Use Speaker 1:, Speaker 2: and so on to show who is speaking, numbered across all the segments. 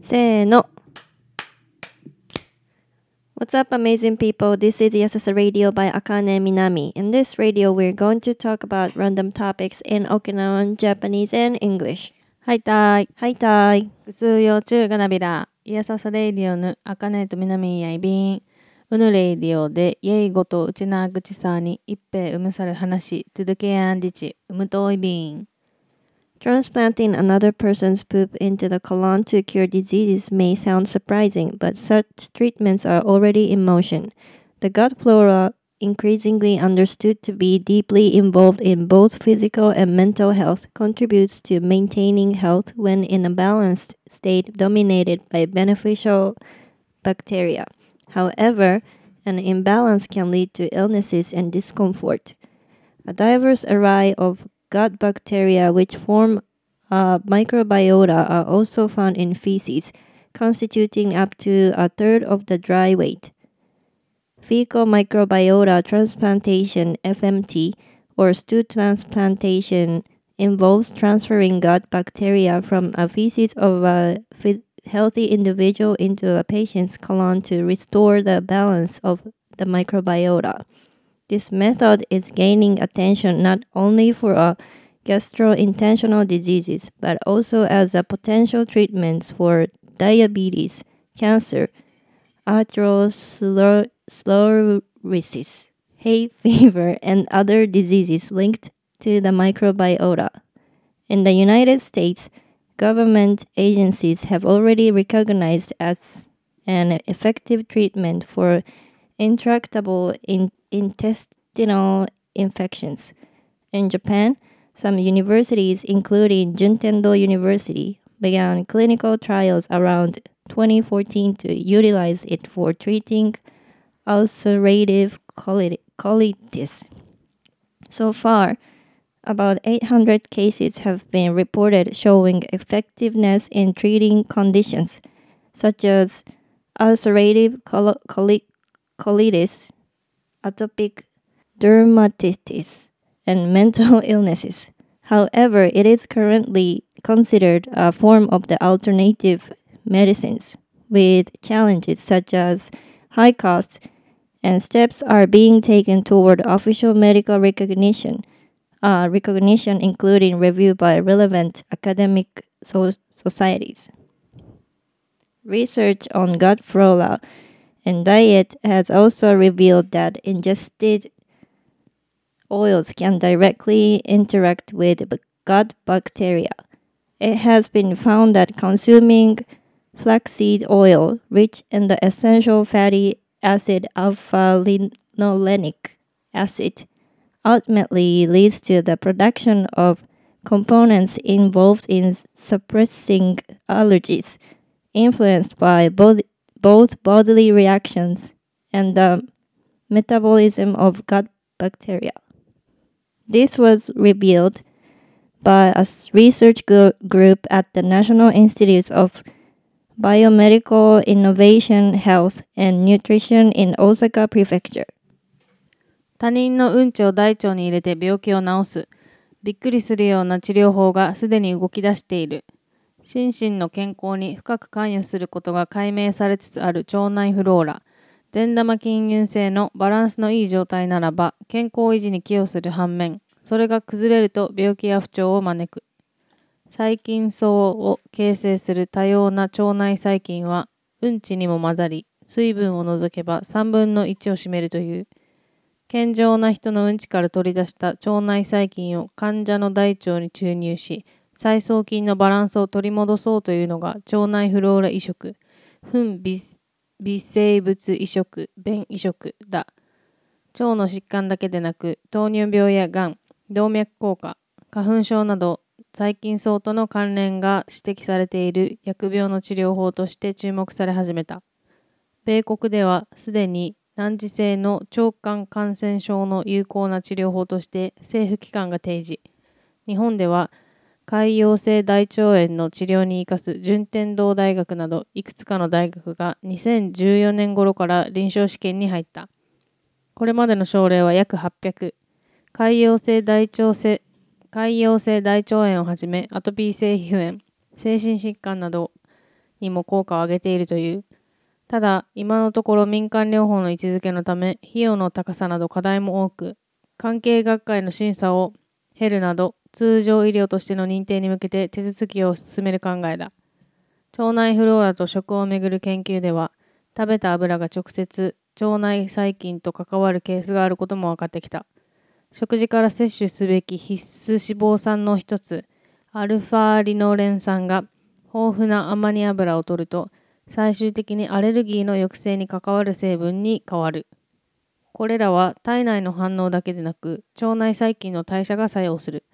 Speaker 1: せーの。What's up, amazing people? This is Yasasa Radio by Akane Minami. In this radio, we're going to talk about random topics in Okinawan, Japanese, and English.
Speaker 2: はいたーい。
Speaker 1: はいたーい。
Speaker 2: うすよちゅうがなびら。いやささレイディオぬ。あかねとみなみんやいびん。うぬレイディオで、イェイごとうちなぐちさに、いっぺいうむさる話、続けやんでち、うむといびん。
Speaker 1: Transplanting another person's poop into the colon to cure diseases may sound surprising, but such treatments are already in motion. The gut flora, increasingly understood to be deeply involved in both physical and mental health, contributes to maintaining health when in a balanced state dominated by beneficial bacteria. However, an imbalance can lead to illnesses and discomfort a diverse array of gut bacteria which form a microbiota are also found in feces, constituting up to a third of the dry weight. Fecal microbiota transplantation (FMT) or stool transplantation involves transferring gut bacteria from a feces of a phy- healthy individual into a patient's colon to restore the balance of the microbiota. This method is gaining attention not only for uh, gastrointestinal diseases, but also as a potential treatment for diabetes, cancer, atherosclerosis, hay fever, and other diseases linked to the microbiota. In the United States, government agencies have already recognized as an effective treatment for intractable in- intestinal infections. In Japan, some universities, including Juntendo University, began clinical trials around 2014 to utilize it for treating ulcerative coli- colitis. So far, about 800 cases have been reported showing effectiveness in treating conditions such as ulcerative colo- coli- colitis, atopic dermatitis, and mental illnesses. However, it is currently considered a form of the alternative medicines with challenges such as high costs, and steps are being taken toward official medical recognition. Uh, recognition including review by relevant academic so- societies. Research on gut flora and diet has also revealed that ingested oils can directly interact with b- gut bacteria. It has been found that consuming flaxseed oil, rich in the essential fatty acid alpha linolenic acid, ultimately leads to the production of components involved in suppressing allergies influenced by both, both bodily reactions and the metabolism of gut bacteria. This was revealed by a s- research gr- group at the National Institutes of Biomedical Innovation, Health, and Nutrition in Osaka Prefecture.
Speaker 2: 他人のうんちを大腸に入れて病気を治すびっくりするような治療法がすでに動き出している心身の健康に深く関与することが解明されつつある腸内フローラ善玉菌群性のバランスのいい状態ならば健康維持に寄与する反面それが崩れると病気や不調を招く細菌層を形成する多様な腸内細菌はうんちにも混ざり水分を除けば3分の1を占めるという健常な人のうんちから取り出した腸内細菌を患者の大腸に注入し細層菌のバランスを取り戻そうというのが腸内フローラ移植糞微微生物移植便移植だ腸の疾患だけでなく糖尿病やがん動脈硬化花粉症など細菌層との関連が指摘されている薬病の治療法として注目され始めた米国ではすでに難治性の腸管感染症の有効な治療法として政府機関が提示日本では潰瘍性大腸炎の治療に生かす順天堂大学などいくつかの大学が2014年頃から臨床試験に入ったこれまでの症例は約800潰瘍性大腸性潰瘍性大腸炎をはじめアトピー性皮膚炎精神疾患などにも効果を上げているという。ただ、今のところ民間療法の位置づけのため、費用の高さなど課題も多く、関係学会の審査を経るなど、通常医療としての認定に向けて手続きを進める考えだ。腸内フローラと食をめぐる研究では、食べた油が直接腸内細菌と関わるケースがあることも分かってきた。食事から摂取すべき必須脂肪酸の一つ、アルファリノレン酸が豊富なアマニ油を摂ると、最終的にアレルギーの抑制に関わる成分に変わる。これらは体内の反応だけでなく、腸内細菌の代謝が作用する。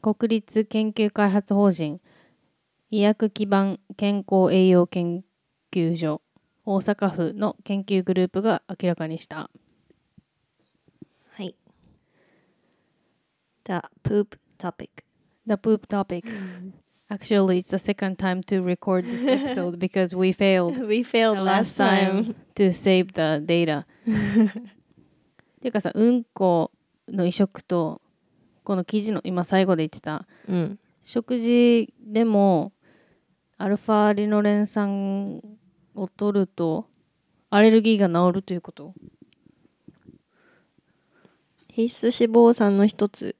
Speaker 2: 国立研究開発法人医薬基盤健康栄養研究所大阪府の研究グループが明らかにした。
Speaker 1: はい。The poop topic.
Speaker 2: The poop topic. Actually, it's the second time to record this episode because we failed.
Speaker 1: We failed
Speaker 2: the last time to save the data っていうかさうんこの移植とこの記事の今最後で言ってた
Speaker 1: うん。
Speaker 2: 食事でもアルファリノレン酸を取るとアレルギーが治るということ
Speaker 1: 必須脂肪酸の一つ、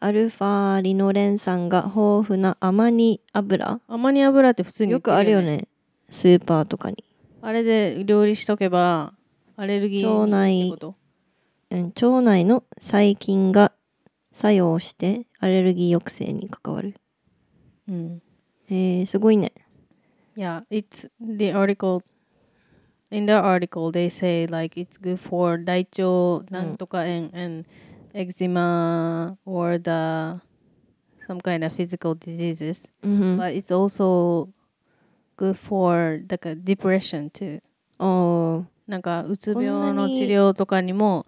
Speaker 1: アルファリノレン酸が豊富なアマニ油。
Speaker 2: アマニ油って普通に売
Speaker 1: よ
Speaker 2: って
Speaker 1: くあるよね。スーパーとかに。
Speaker 2: あれで料理しとけばアレルギー
Speaker 1: 腸内
Speaker 2: にってこと
Speaker 1: うん腸内の細菌が作用してアレルギー抑制に関わる。
Speaker 2: うん
Speaker 1: えー、すごいね。
Speaker 2: Yeah, it's the article. In the article, they say like it's good for 大腸なんとか and, and eczema or the some kind of physical diseases,
Speaker 1: うん、あ
Speaker 2: but it's also good for だから depression too.
Speaker 1: ー
Speaker 2: なんかうつ
Speaker 1: こんなに
Speaker 2: 病の治療とかにも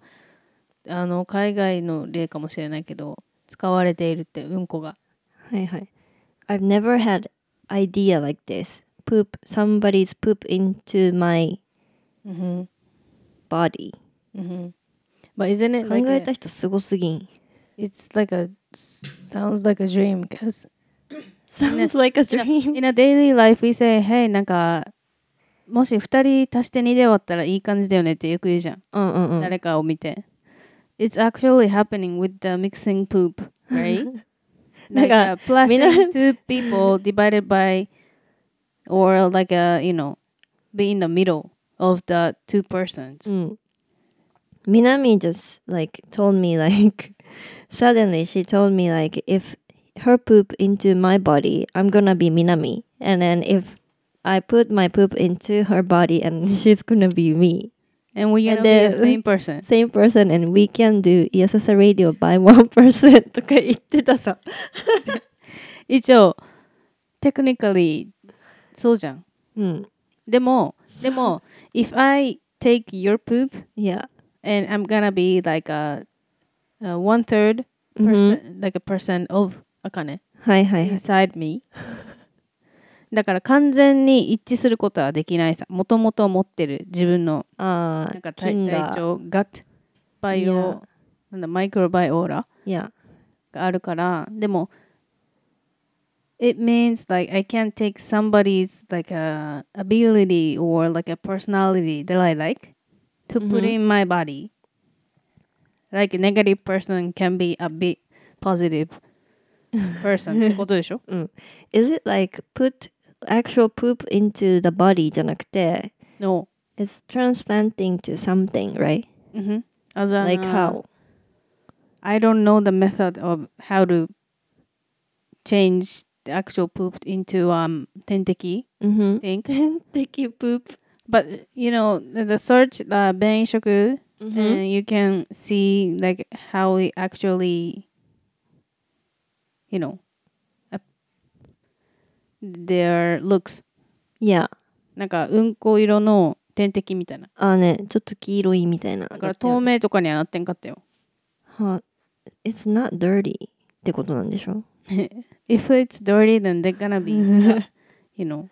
Speaker 2: あの海外の例かもしれないけど使われているってうんこが。
Speaker 1: はいはい。I've never had idea like this. Poop, somebody's poop into my
Speaker 2: うんふん
Speaker 1: body.
Speaker 2: うんふん But isn't it
Speaker 1: 考
Speaker 2: like
Speaker 1: え
Speaker 2: a-
Speaker 1: た人すごすぎ ん。
Speaker 2: It's like a s- sounds like a dream because
Speaker 1: Sounds like a
Speaker 2: in,
Speaker 1: dream.
Speaker 2: a daily life we say hey なんかもし2人足して2で割ったらいい感じだよねってよく言うじゃん、
Speaker 1: うんうんうん。
Speaker 2: 誰かを見て It's actually happening with the mixing poop right
Speaker 1: なんか
Speaker 2: like a plus
Speaker 1: みんな
Speaker 2: two people divided by or like a you know be in the middle of the two persons
Speaker 1: うん。Minami just like told me like suddenly she told me like if her poop into my body, I'm gonna be Minami. And then if I put my poop into her body and she's gonna be me.
Speaker 2: and we gonna
Speaker 1: And
Speaker 2: be the
Speaker 1: then-
Speaker 2: same person
Speaker 1: Same person and we can do E ESS radio by one person とか言ってた さ。
Speaker 2: 一応 technically そうじゃん
Speaker 1: うん。
Speaker 2: でも、でも、if I take your poop
Speaker 1: Yeah.
Speaker 2: and I'm gonna be like a, a one third person,、like a person of あかね、
Speaker 1: はいはいはい。
Speaker 2: inside me だから完全に一致することはできないさ。もともと持ってる自分の
Speaker 1: あ
Speaker 2: なん
Speaker 1: あ
Speaker 2: か、体
Speaker 1: 菌
Speaker 2: 体
Speaker 1: が。
Speaker 2: 調、ガット、バイオ
Speaker 1: Yeah、
Speaker 2: なんだマイクロバイオーラ
Speaker 1: Yeah.
Speaker 2: があるから、でも、It means like I can't take somebody's like a ability or like a personality that I like to
Speaker 1: Mm-hmm.
Speaker 2: put in my body. Like a negative person can be a bit positive person ってことでしょ
Speaker 1: Is it like put actual poop into the body じゃなくて
Speaker 2: ?No.
Speaker 1: It's transplanting to something, right?
Speaker 2: うんふん As an,
Speaker 1: like
Speaker 2: uh,
Speaker 1: how?
Speaker 2: I don't know the method of how to change the actual poop into um 点滴
Speaker 1: Mm-hmm.
Speaker 2: thing.
Speaker 1: Taking poop.
Speaker 2: But you know the the search uh, Ben Shoku,
Speaker 1: Mm-hmm.
Speaker 2: and you can see like how it actually, you know, ap- their looks.
Speaker 1: Yeah.
Speaker 2: なんかうんこ色の点滴みたいな。
Speaker 1: あね、ちょっと黄色いみたいな。
Speaker 2: だから透明とかにはなってんかったよ。
Speaker 1: は It's not dirty ってことなんでしょ
Speaker 2: If it's dirty, then they're gonna be, uh, you know,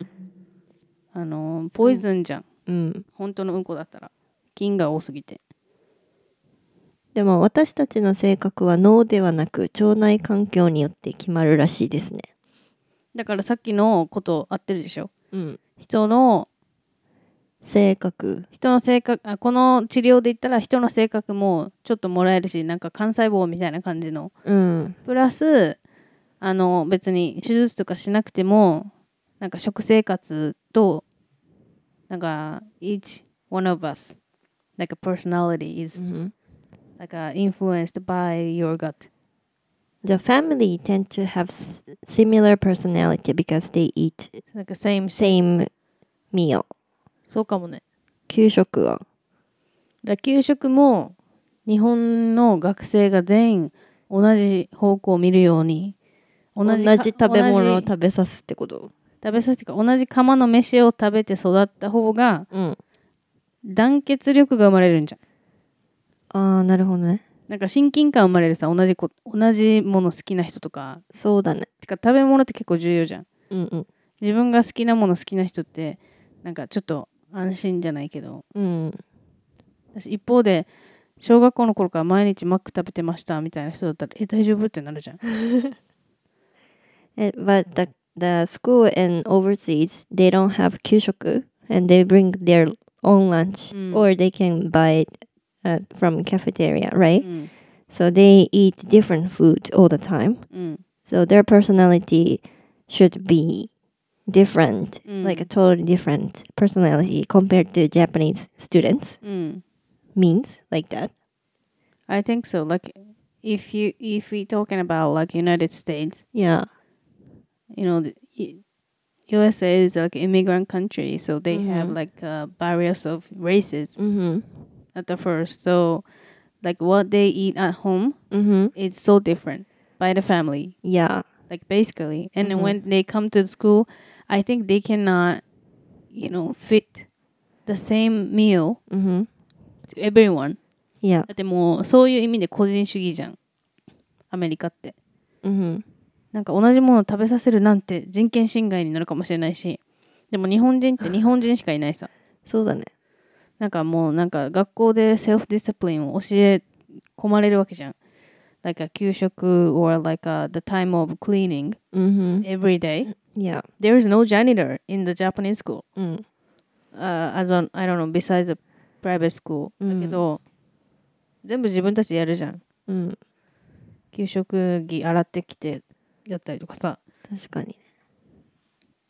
Speaker 2: あのー、ポイズンじゃん。
Speaker 1: うん。
Speaker 2: 本当のうんこだったら。菌が多すぎて。
Speaker 1: でも私たちの性格は脳ではなく腸内環境によって決まるらしいですね。
Speaker 2: だからさっきのこと合ってるでしょ
Speaker 1: うん、
Speaker 2: 人の
Speaker 1: 性格
Speaker 2: 人の性格あこの治療で言ったら人の性格もちょっともらえるしなんか幹細胞みたいな感じの
Speaker 1: うん
Speaker 2: プラスあの別に手術とかしなくてもなんか食生活となんか each one of us like a personality is like a influenced by your gut
Speaker 1: The family tend to have s- similar personality because they eat
Speaker 2: なんか same shit
Speaker 1: same meal
Speaker 2: そうかもね
Speaker 1: 給食は
Speaker 2: だから給食も日本の学生が全員同じ方向を見るように同
Speaker 1: 同じ
Speaker 2: か
Speaker 1: 食べ物を
Speaker 2: 同じ
Speaker 1: 食べさすってこと
Speaker 2: 食べさせてか同じ釜の飯を食べて育った方が
Speaker 1: うん
Speaker 2: 団結力が生まれるんじゃん
Speaker 1: ああなるほどね
Speaker 2: なんか親近感生まれるさ同じこ同じもの好きな人とか
Speaker 1: そうだね
Speaker 2: てか食べ物って結構重要じゃん
Speaker 1: うんうん
Speaker 2: 自分が好きなもの好きな人ってなんかちょっと安心じゃないけど
Speaker 1: うん
Speaker 2: 私一方で小学校の頃から毎日マック食べてましたみたいな人だったらえ大丈夫ってなるじゃん
Speaker 1: Eh, but the, the school and overseas they don't have 給食 and they bring their own lunch
Speaker 2: うん
Speaker 1: or they can buy it uh, from cafeteria
Speaker 2: う
Speaker 1: right
Speaker 2: ん
Speaker 1: so they eat different food all the time
Speaker 2: うん
Speaker 1: so their personality should be different
Speaker 2: Mm.
Speaker 1: like a totally different personality compared to japanese students
Speaker 2: うん
Speaker 1: means like that
Speaker 2: I think so like if you if we talking about like United States
Speaker 1: yeah
Speaker 2: you know the, i- USA is like immigrant country so they have
Speaker 1: Mhm.
Speaker 2: like uh, barriers of races
Speaker 1: mm-hmm
Speaker 2: at the first so like what they eat at home
Speaker 1: mm-hmm
Speaker 2: it's so different by the family
Speaker 1: yeah
Speaker 2: like basically and then
Speaker 1: Mhm.
Speaker 2: when they come to the school i think they cannot you know fit the same meal
Speaker 1: mm-hmm
Speaker 2: to everyone
Speaker 1: yeah
Speaker 2: だってもうそういう意味で個人主義じゃんアメリカって
Speaker 1: mm-hmm
Speaker 2: なんか同じものを食べさせるなんて人権侵害になるかもしれないしでも日本人って日本人しかいないさ
Speaker 1: そうだね
Speaker 2: なんかもうなんか学校でセルフディスプリンを教え込まれるわけじゃん like a 給食 or like a the time of cleaning
Speaker 1: mm-hmm
Speaker 2: every day
Speaker 1: yeah Mm.
Speaker 2: there is no janitor in the Japanese school
Speaker 1: うん
Speaker 2: uh, as on I don't know besides a private school、
Speaker 1: うん
Speaker 2: だけど全部自分たちでやるじゃん
Speaker 1: うん
Speaker 2: 給食着洗ってきてやったりとかさ
Speaker 1: 確かにね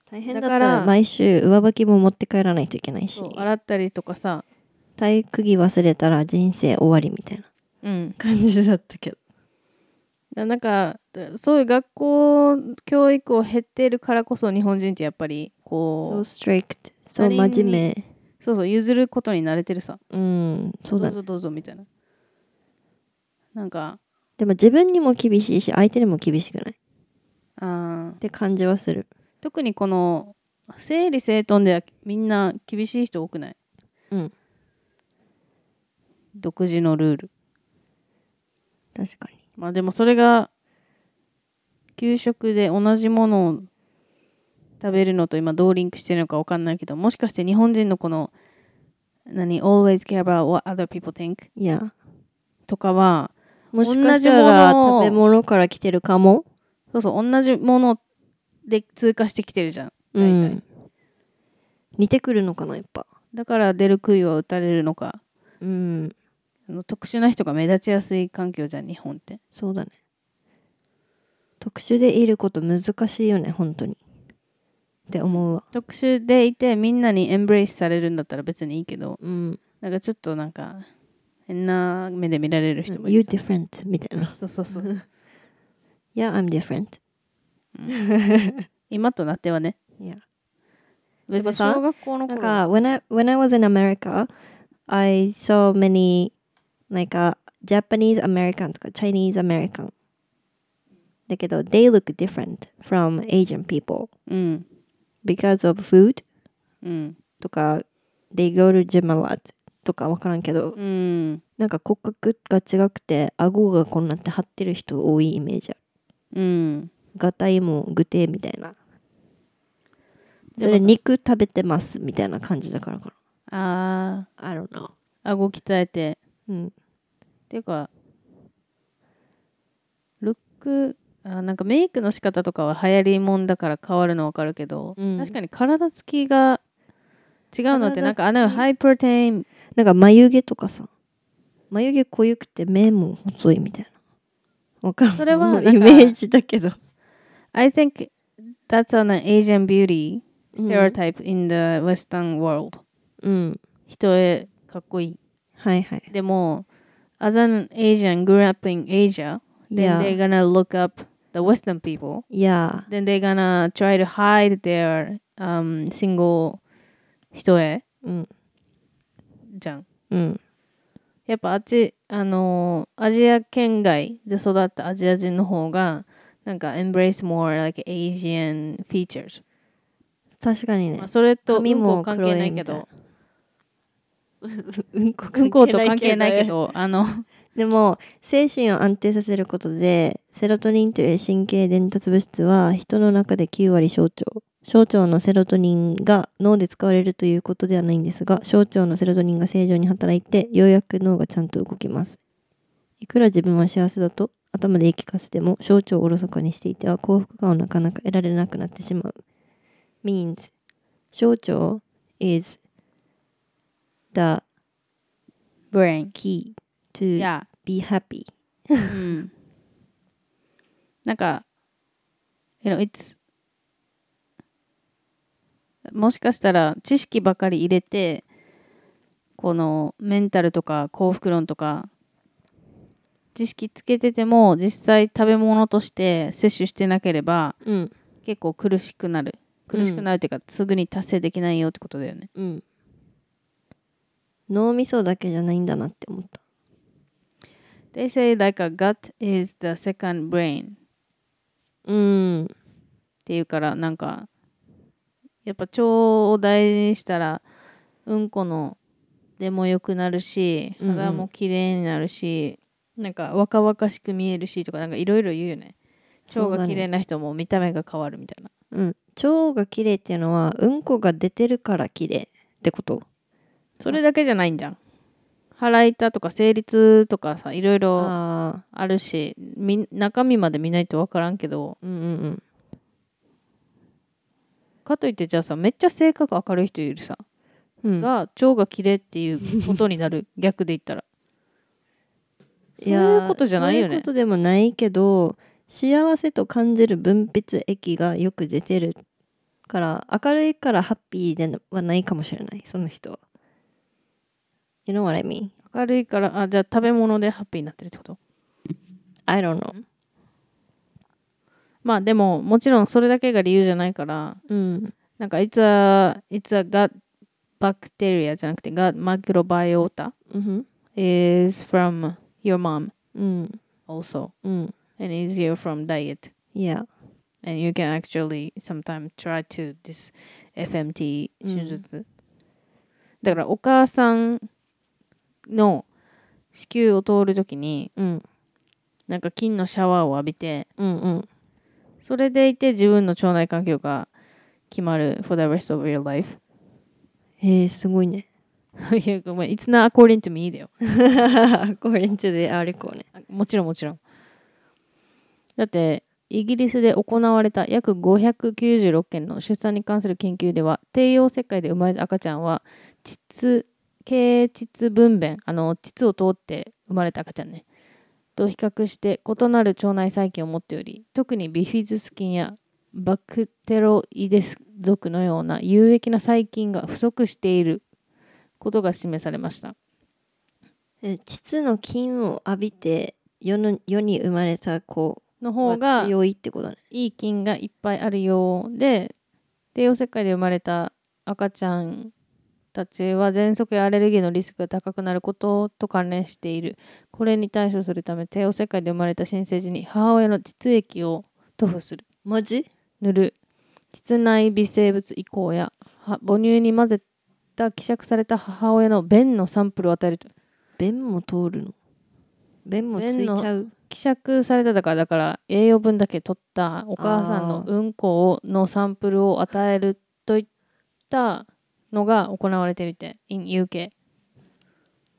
Speaker 1: 大変だっ
Speaker 2: だ
Speaker 1: た
Speaker 2: から
Speaker 1: ら毎週上履きも持って帰らないといけないし
Speaker 2: そう洗ったりとかさ
Speaker 1: 体育着忘れたら人生終わりみたいな
Speaker 2: うん
Speaker 1: 感じだったけど
Speaker 2: ななんかだそういう学校教育を減ってるからこそ日本人ってやっぱり
Speaker 1: そう
Speaker 2: こう
Speaker 1: strict そう
Speaker 2: 他人
Speaker 1: 真面
Speaker 2: に
Speaker 1: 目
Speaker 2: そうそう譲ることに慣れてるさ
Speaker 1: うんそうだね
Speaker 2: どうぞどうぞみたいななんか
Speaker 1: でも自分にも厳しいし相手にも厳しくないっ
Speaker 2: あー
Speaker 1: て感じはする
Speaker 2: 特にこの整理整頓ではみんな厳しい人多くない
Speaker 1: うん
Speaker 2: 独自のルール
Speaker 1: 確かに
Speaker 2: まあでもそれが給食で同じものを食べるのと今どうリンクしてるのか分かんないけどもしかして日本人のこの何 always care about what other people think
Speaker 1: いや
Speaker 2: とかは
Speaker 1: もしかしたら
Speaker 2: 同じものを
Speaker 1: 食べ物から来てるかも
Speaker 2: そうそう同じもので通過してきてるじゃん
Speaker 1: う
Speaker 2: 大
Speaker 1: ん
Speaker 2: 体
Speaker 1: 似てくるのかなやっぱ
Speaker 2: だから出る杭は打たれるのか
Speaker 1: うん
Speaker 2: あの特殊な人が目立ちやすい環境じゃん日本って
Speaker 1: そうだね特殊でいること難しいよね本当にって思うわ
Speaker 2: 特殊でいてみんなにエンブレイスされるんだったら別にいいけど
Speaker 1: うん
Speaker 2: なんかちょっとなんか変な目で見られる人もい
Speaker 1: You
Speaker 2: るさ
Speaker 1: different みたいな
Speaker 2: そうそうそう
Speaker 1: Yeah I'm different
Speaker 2: 今となってはね
Speaker 1: Yeah
Speaker 2: 別
Speaker 1: でも
Speaker 2: に
Speaker 1: さ
Speaker 2: 小学校の
Speaker 1: なん
Speaker 2: 頃
Speaker 1: か when I when I was in America, I saw many like a Japanese American とか Chinese American だけど they look different from Asian people
Speaker 2: うん、
Speaker 1: because of food
Speaker 2: うん、
Speaker 1: とか they go to gym a lot とかわからんけど
Speaker 2: うん、
Speaker 1: なんか骨格が違くて顎がこんなって張ってる人多いイメージある
Speaker 2: うん。
Speaker 1: ガタイもグテみたいな
Speaker 2: で
Speaker 1: そ
Speaker 2: も
Speaker 1: れ
Speaker 2: さ
Speaker 1: 肉食べてますみたいな感じだからか
Speaker 2: あ
Speaker 1: な I don't know
Speaker 2: あ、顎鍛えて。
Speaker 1: うん
Speaker 2: っていうか、ルック、あなんかメイクの仕方とかは流行りもんだから変わるのわかるけど、
Speaker 1: うん
Speaker 2: 確かに体つきが違うのってなんかあ
Speaker 1: 体
Speaker 2: の
Speaker 1: つき
Speaker 2: ハイプロテイン
Speaker 1: なんか眉毛とかさ眉毛濃ゆくて目も細いみたいなわかる
Speaker 2: それは
Speaker 1: もう
Speaker 2: なんか
Speaker 1: イメージだけど
Speaker 2: I think that's an Asian beauty
Speaker 1: うん
Speaker 2: stereotype in the Western world、
Speaker 1: うん
Speaker 2: 人へかっこいい
Speaker 1: はいはい
Speaker 2: でも as an Asian grew up in Asia then they're
Speaker 1: Yeah
Speaker 2: gonna look up the Western people
Speaker 1: Yeah
Speaker 2: then they're gonna try to hide their、um, single 人へ
Speaker 1: うん
Speaker 2: じゃん
Speaker 1: うん
Speaker 2: やっぱあっちあのーアジア圏外で育ったアジア人の方がなんか embrace more like Asian features、
Speaker 1: 確かにね
Speaker 2: まあ、それと
Speaker 1: 髪
Speaker 2: うんこ
Speaker 1: も
Speaker 2: 関
Speaker 1: 黒
Speaker 2: 係
Speaker 1: い
Speaker 2: ない
Speaker 1: み
Speaker 2: け
Speaker 1: たいな
Speaker 2: ど
Speaker 1: うんこ
Speaker 2: うんこと関係ないけどあ の
Speaker 1: でも精神を安定させることでセロトニンという神経伝達物質は人の中で9割小腸小腸のセロトニンが脳で使われるということではないんですが小腸のセロトニンが正常に働いてようやく脳がちゃんと動きますいくら自分は幸せだと頭で言い聞かせても小腸をおろそかにしていては幸福感をなかなか得られなくなってしまう means 小腸 is the
Speaker 2: brain
Speaker 1: key to
Speaker 2: yeah
Speaker 1: be happy
Speaker 2: うんなんか you know, it's もしかしたら知識ばかり入れてこのメンタルとか幸福論とか知識つけてても実際食べ物として摂取してなければ
Speaker 1: うん
Speaker 2: 結構苦しくなる苦しくなるっていうか、すぐに達成できないよってことだよね
Speaker 1: うん脳みそだけじゃないんだなって思った
Speaker 2: They say like a gut is the second brain
Speaker 1: うん
Speaker 2: っていうからなんかやっぱ腸を大事にしたらうんこのでも良くなるし
Speaker 1: うんうん
Speaker 2: 肌も綺麗になるし、なんか若々しく見えるしとかなんかいろいろ言うよね腸
Speaker 1: そうだ
Speaker 2: が
Speaker 1: ね
Speaker 2: 綺麗な人も見た目が変わるみたいな
Speaker 1: うん腸が綺麗っていうのはうんこが出てるから綺麗ってこと
Speaker 2: それだけじゃないんじゃん腹痛とか生理痛とかさいろいろ
Speaker 1: ああ
Speaker 2: あるしみん中身まで見ないと分からんけど
Speaker 1: うんうんうん
Speaker 2: かといってじゃあさめっちゃ性格明るい人いるさ、
Speaker 1: うん
Speaker 2: が腸が綺麗っていうことになる逆で言ったらそうい
Speaker 1: やー
Speaker 2: うことじゃない
Speaker 1: そ
Speaker 2: よ
Speaker 1: ういう
Speaker 2: ね
Speaker 1: ことでもないけど幸せと感じる分泌液がよく出てるから明るいからハッピーではないかもしれないその人は You know what I mean?
Speaker 2: 明るいからあじゃあ食べ物でハッピーになってるってこと
Speaker 1: I don't know
Speaker 2: まあでももちろんそれだけが理由じゃないから
Speaker 1: うん
Speaker 2: なんかいつは It's a gut bacteria じゃなくて gut microbiota
Speaker 1: うんふん
Speaker 2: is from your mom
Speaker 1: うん
Speaker 2: also
Speaker 1: うん
Speaker 2: and is here from diet
Speaker 1: Yeah
Speaker 2: and you can actually sometimes try to this FMT
Speaker 1: うん
Speaker 2: 手術、だからお母さんの子宮を通るときに
Speaker 1: うん
Speaker 2: なんか菌のシャワーを浴びて
Speaker 1: うんうん
Speaker 2: それでいて自分の腸内環境が決まる for the rest of your life
Speaker 1: へえすごいね
Speaker 2: いやごめん It's not according to me だよ
Speaker 1: コメントであれこうね。
Speaker 2: もちろんもちろんだってイギリスで行われた約596件の出産に関する研究では帝王切開で生まれた赤ちゃんは膣経膣分娩あの膣を通って生まれた赤ちゃんねと比較して異なる腸内細菌を持っており特にビフィズス菌やバクテロイデス属のような有益な細菌が不足していることが示されました
Speaker 1: え膣の菌を浴びて世の世に生まれた子
Speaker 2: の方
Speaker 1: は
Speaker 2: が
Speaker 1: 強いってことね。
Speaker 2: いい菌がいっぱいあるようで帝王切開で生まれた赤ちゃんたちは喘息やアレルギーのリスクが高くなることと関連しているこれに対処するため帝王切開で生まれた新生児に母親の膣液を塗布する
Speaker 1: マジ
Speaker 2: 塗る膣内微生物移行やは母乳に混ぜた希釈された母親の便のサンプルを与えると
Speaker 1: 便も通るの。便もついちゃう。
Speaker 2: 希釈されただからだから栄養分だけ取ったお母さんの
Speaker 1: あー
Speaker 2: うんこをのサンプルを与えるといったのが行われているって in UK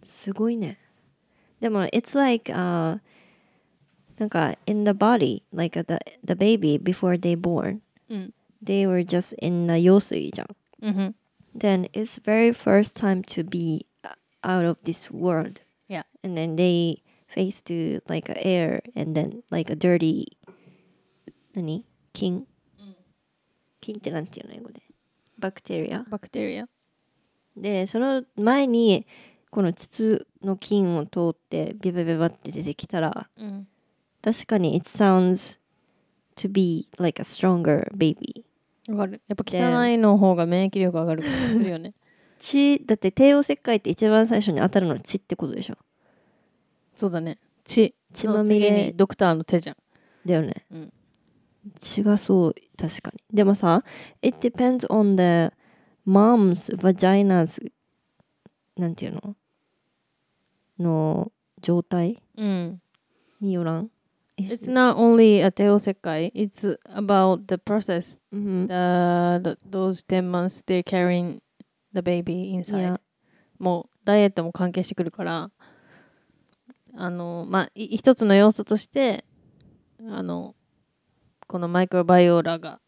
Speaker 1: すごいね。でも、it's like、uh, なんか in the body like the the baby before they born
Speaker 2: うん。
Speaker 1: they were just in the 羊水じゃん
Speaker 2: うんふん。
Speaker 1: then it's very first time to be out of this world
Speaker 2: Yeah.
Speaker 1: and then they face to like a air and then like a dirty 何菌菌ってなんていうの英語でバクテリア
Speaker 2: バクテリア。
Speaker 1: でその前にこの筒の菌を通ってビバビバって出てきたら
Speaker 2: うん。
Speaker 1: 確かに it sounds to be like a stronger baby
Speaker 2: わかる。やっぱ
Speaker 1: で
Speaker 2: 汚いの方が免疫力上がる感じするよね。
Speaker 1: 血だって帝王切開って一番最初に当たるのは血ってことでしょ
Speaker 2: そうだね。血。
Speaker 1: 血まみれ
Speaker 2: の次にドクターの手じゃん。
Speaker 1: だよね、
Speaker 2: うん
Speaker 1: 血がそう確かにでもさ it depends on the mom's vaginas なんていうのの状態
Speaker 2: うん。
Speaker 1: によらん It's-
Speaker 2: It's not only a 帝王切開 It's about the process
Speaker 1: うん
Speaker 2: the, the those 10 months they're carrying the baby inside、
Speaker 1: Yeah.
Speaker 2: もうダイエットも関係してくるからあのまあい一つの要素としてあのこのマイクロバイオーラが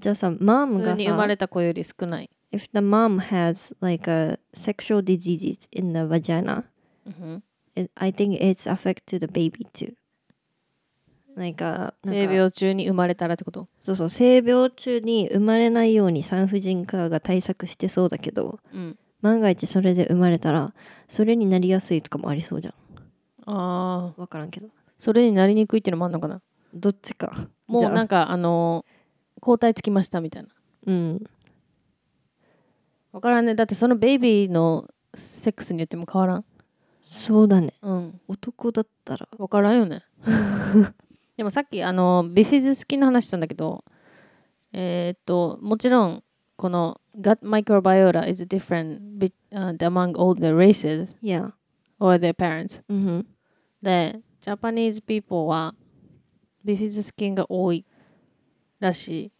Speaker 1: じゃあさマ
Speaker 2: 普
Speaker 1: ム
Speaker 2: 通
Speaker 1: が
Speaker 2: に生ま
Speaker 1: さ
Speaker 2: れた子より少ない、
Speaker 1: If the mom has like a sexual diseases in the vagina
Speaker 2: うんふん
Speaker 1: it, I think it's affect to the baby too like a なんか
Speaker 2: 性病中に生まれたらってこと
Speaker 1: そうそう性病中に生まれないように産婦人科が対策してそうだけど
Speaker 2: うん
Speaker 1: 万が一それで生まれたらそれになりやすいとかもありそうじゃん
Speaker 2: ああ
Speaker 1: 分からんけど
Speaker 2: それになりにくいっていうのもあるのかな
Speaker 1: どっちか
Speaker 2: もうなん
Speaker 1: か
Speaker 2: かあの抗体つきましたみたいな
Speaker 1: うん
Speaker 2: わからんねだってそのベイビーのセックスによっても変わらん
Speaker 1: そうだね
Speaker 2: うん
Speaker 1: 男だったら
Speaker 2: わからんよね でもさっきあのビフィズス菌の話したんだけどえーっともちろんこの gut microbiota is different be- あ among all the races
Speaker 1: Yeah
Speaker 2: or their parents
Speaker 1: うんふん
Speaker 2: で Japanese people はビフィズス菌が多いらしい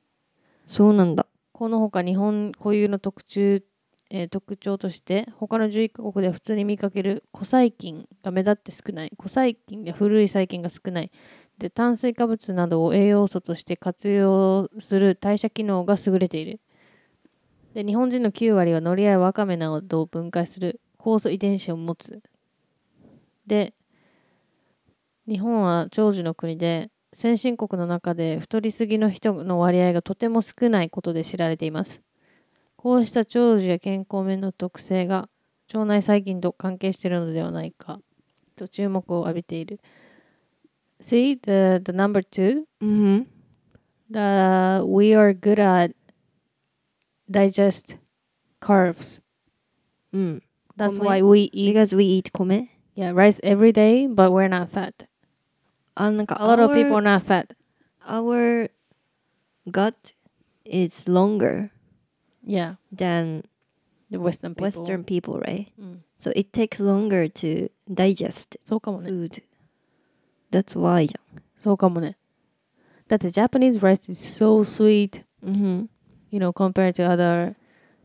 Speaker 1: そうなんだ
Speaker 2: このほか日本固有の特徴,、えー特徴として他の11カ国では普通に見かける古細菌が目立って少ない古細菌や古い細菌が少ないで炭水化物などを栄養素として活用する代謝機能が優れているで日本人の9割は海苔やわかめなどを分解する酵素遺伝子を持つで日本は長寿の国で先進国の中で太りすぎの人の割合がとても少ないことで知られていますこうした長寿や健康面の特性が腸内細菌と関係しているのではないかと注目を浴びている See the, the number two
Speaker 1: うんふん
Speaker 2: that we are good at digest carbs
Speaker 1: うん
Speaker 2: that's
Speaker 1: 米
Speaker 2: why we eat
Speaker 1: Because we eat 米
Speaker 2: yeah, rice every day but we're not fat
Speaker 1: あなんか
Speaker 2: a lot of
Speaker 1: our-
Speaker 2: people are not fat
Speaker 1: our gut is longer
Speaker 2: yeah
Speaker 1: than
Speaker 2: the western people
Speaker 1: Western people, right?
Speaker 2: うん、
Speaker 1: So it takes longer to digest
Speaker 2: そうかもね
Speaker 1: food. That's why じ
Speaker 2: そうかもね。だって Japanese rice is so sweet,
Speaker 1: ゃん。うん。
Speaker 2: you know, compared to other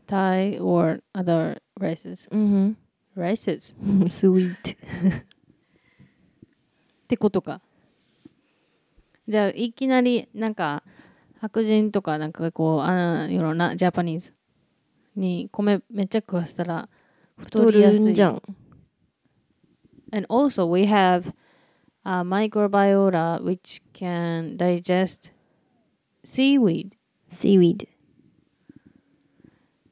Speaker 2: Thai or other rices.
Speaker 1: うん。
Speaker 2: Rices?
Speaker 1: Sweet.
Speaker 2: ってことか。じゃあ、いきなり、なんか、白人とか、なんかこう、あいろんな、ジャパニーズに米めっちゃ食わせたら、太
Speaker 1: 太
Speaker 2: りやす
Speaker 1: る
Speaker 2: い。
Speaker 1: んじゃん。
Speaker 2: And also, we have a microbiota which can digest seaweed.
Speaker 1: Seaweed.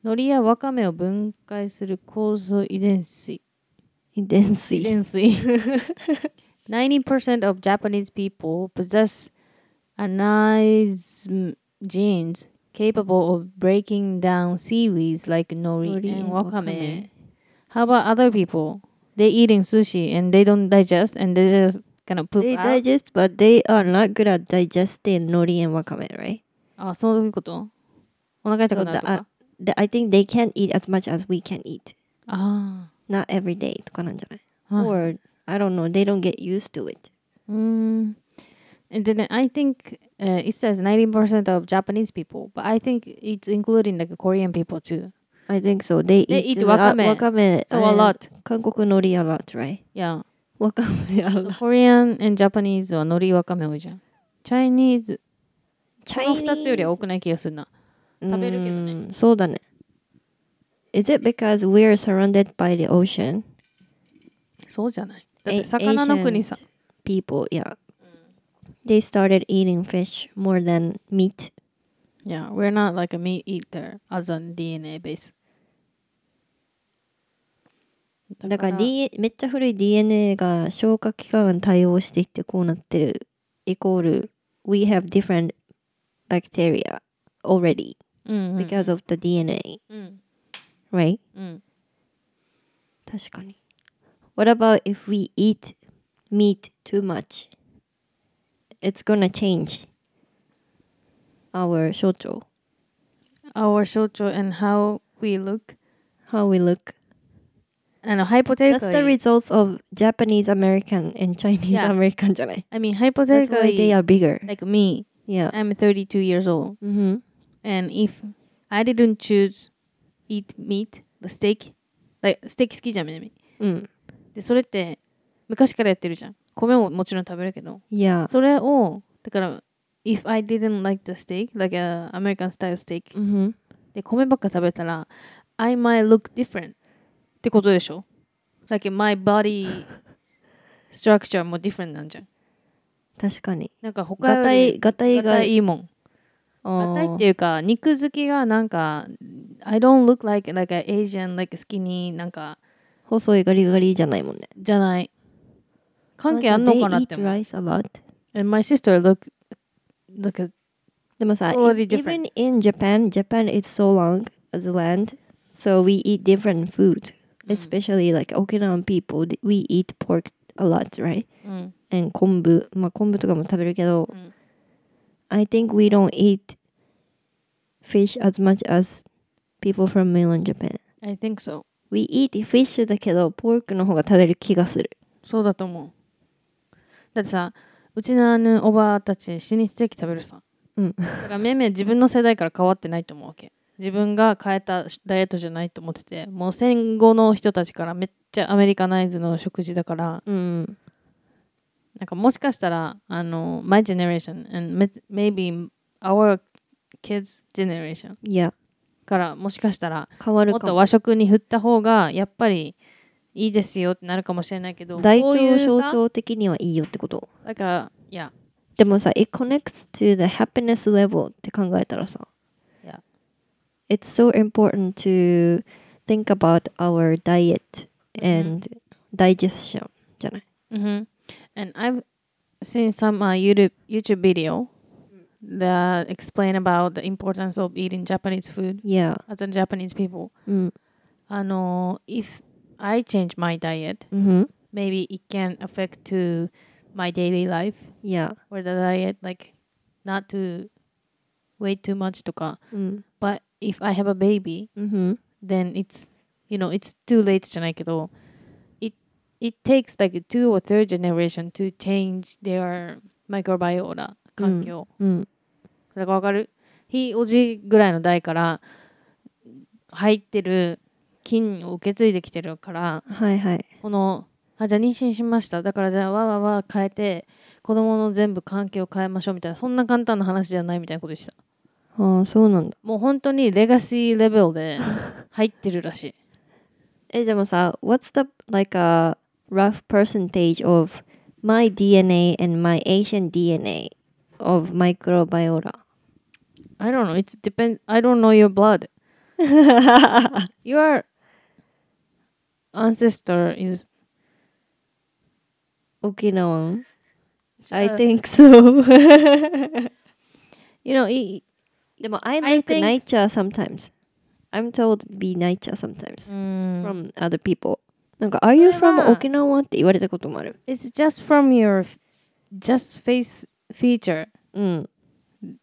Speaker 2: 海苔やわかめを分解する酵素遺伝子
Speaker 1: Density.
Speaker 2: 遺伝子90% of Japanese people possess anise genes capable of breaking down seaweeds like
Speaker 1: Nori
Speaker 2: nori, and
Speaker 1: and
Speaker 2: wakame.
Speaker 1: wakame.
Speaker 2: How about other people? They eating sushi and they don't digest and they just kind of poop
Speaker 1: They
Speaker 2: out.
Speaker 1: digest, but they are not good at digesting nori and wakame, right?
Speaker 2: あ、そういうことお腹痛
Speaker 1: So
Speaker 2: くなる
Speaker 1: the,
Speaker 2: とか
Speaker 1: uh,。the, I think they can't eat as much as we can eat.
Speaker 2: あ
Speaker 1: Not every day とかなんじゃない
Speaker 2: あ。はい
Speaker 1: Or, I don't know, they don't get used to it.
Speaker 2: Mm. And then I think uh, it says 90% of Japanese people, but I think it's including like Korean people too.
Speaker 1: I think so. They,
Speaker 2: They
Speaker 1: eat,
Speaker 2: eat
Speaker 1: a lot-
Speaker 2: wakame.
Speaker 1: wakame
Speaker 2: So a
Speaker 1: and
Speaker 2: lot.
Speaker 1: 韓国海苔 a lot, right?
Speaker 2: Yeah.
Speaker 1: わかめあら。
Speaker 2: コリアン and ジャパニーズは海苔わかめ多いじゃん。チャイニーズ、
Speaker 1: チ
Speaker 2: この2つよりは多くない気がするな。食べるけどね
Speaker 1: うんそうだね。Is it because we are surrounded by the ocean?
Speaker 2: そうじゃない。だって魚の国さ。
Speaker 1: Asian People, yeah. They started eating fish more than meat.
Speaker 2: Yeah, we're not like a meat eater as on DNA base.
Speaker 1: だから、D、めっちゃ古い DNA が消化器官に対応していってこうなってる。イコール、we have different bacteria already
Speaker 2: うんうん、
Speaker 1: because of the DNA,
Speaker 2: うん、
Speaker 1: right?
Speaker 2: うん。
Speaker 1: 確かに。What about if we eat meat too much? It's gonna change our 小腸
Speaker 2: Our 象徴 and how we look.
Speaker 1: how we look.
Speaker 2: あの、ハイポテ
Speaker 1: That's the
Speaker 2: ー
Speaker 1: results of Japanese American and Chinese
Speaker 2: Yeah.
Speaker 1: American じゃない。
Speaker 2: I mean, ハイポテ
Speaker 1: That's why they
Speaker 2: ー
Speaker 1: are bigger.
Speaker 2: like me,
Speaker 1: Yeah.
Speaker 2: I'm 32 years old.
Speaker 1: Mm-hmm.
Speaker 2: And if I didn't choose eat meat, the steak, like, ステーキ好きじゃん、みなみ。
Speaker 1: うん。
Speaker 2: で、それって昔からやってるじゃん。米ももちろん食べるけど。
Speaker 1: Yeah.
Speaker 2: それを、だから、if I didn't like the steak, like a American style steak,
Speaker 1: Mm-hmm.
Speaker 2: で、米ばっか食べたら、I might look different ってことでしょ ?like my body structure も different なんじゃん。
Speaker 1: 確かに。
Speaker 2: なんか他
Speaker 1: が
Speaker 2: よ
Speaker 1: たい、
Speaker 2: り、
Speaker 1: がたい
Speaker 2: が
Speaker 1: が。
Speaker 2: たいいいもん。がたいっていうか、肉好きがなんか、I don't look like, like an Asian, like skinny, なんか、
Speaker 1: 細いガリガリじゃないもんね。
Speaker 2: じゃない。関係あんのかなって
Speaker 1: They eat
Speaker 2: 思う。
Speaker 1: rice a lot.
Speaker 2: And my sister look, look at
Speaker 1: でもさ、
Speaker 2: Totally
Speaker 1: even in Japan, Japan is so long as a land, so we eat different food. Especially like Okinawan people, th- we eat pork a lot, right?
Speaker 2: うん。
Speaker 1: And 昆布、まあ昆布とかも食べるけど、
Speaker 2: うん
Speaker 1: I think we don't eat fish as much as people from mainland Japan.
Speaker 2: I think so.
Speaker 1: We eat fish だけど、ポークの方が食べる気がする。
Speaker 2: そうだと思う。だってさ、うちのあのおばあたち、死にステーキ食べるさ。
Speaker 1: うん。
Speaker 2: だから、めいめい自分の世代から変わってないと思うわけ。自分が変えたダイエットじゃないと思ってて、もう戦後の人たちからめっちゃアメリカナイズの食事だから、
Speaker 1: うん。
Speaker 2: なんかもしかしたら、あの、my generation and maybe our kids generation
Speaker 1: いや、
Speaker 2: からもしかしたら、
Speaker 1: 変わる
Speaker 2: もっ
Speaker 1: か
Speaker 2: と
Speaker 1: も。
Speaker 2: 和食に振った方がやっぱりいいですよってなるかもしれないけど、
Speaker 1: 大
Speaker 2: こうい
Speaker 1: 腸
Speaker 2: うさ
Speaker 1: 象徴的にはいいよってこと。
Speaker 2: だから、いや、
Speaker 1: でもさ、it connects to the happiness level って考えたらさ、
Speaker 2: Yeah.
Speaker 1: it's so important to think about our diet and digestion じゃない
Speaker 2: Mm-hmm. And I've seen some uh, YouTube YouTube video that explain about the importance of eating Japanese food
Speaker 1: Yeah.
Speaker 2: as a Japanese people.
Speaker 1: うん。
Speaker 2: I know if I change my diet,
Speaker 1: うん。
Speaker 2: maybe it can affect to my daily life
Speaker 1: Yeah.
Speaker 2: or the diet, like not to weigh too much とか。
Speaker 1: うん。
Speaker 2: But if I have a baby,
Speaker 1: うん。
Speaker 2: then it's you know it's too late じゃないけど it it takes like two or third generation to change their microbiota 環境、
Speaker 1: うん。
Speaker 2: だからわかるひいおじぐらいの代から入ってる菌を受け継いできてるから
Speaker 1: はいはい。
Speaker 2: このあじゃあ妊娠しましただからじゃあわわわ変えて子供の全部環境を変えましょうみたいなそんな簡単な話じゃないみたいなことでした
Speaker 1: ああ、そうなんだ。
Speaker 2: もう本当にレガシーレベルで入ってるらしい
Speaker 1: え、でもさ、what's the, like a rough percentage of my DNA and my Asian DNA of microbiota?
Speaker 2: I don't know. It's depend. I don't know your blood. your ancestor is.
Speaker 1: Okinawan. I
Speaker 2: Uh,
Speaker 1: think so.
Speaker 2: You know, it,
Speaker 1: でも I
Speaker 2: I
Speaker 1: like
Speaker 2: think-
Speaker 1: nature sometimes. I'm told to be nature sometimes from other people. なんか Are you
Speaker 2: それ
Speaker 1: from
Speaker 2: は
Speaker 1: Okinawa? って言われたこともある。
Speaker 2: it's just from your f- just face feature
Speaker 1: うん。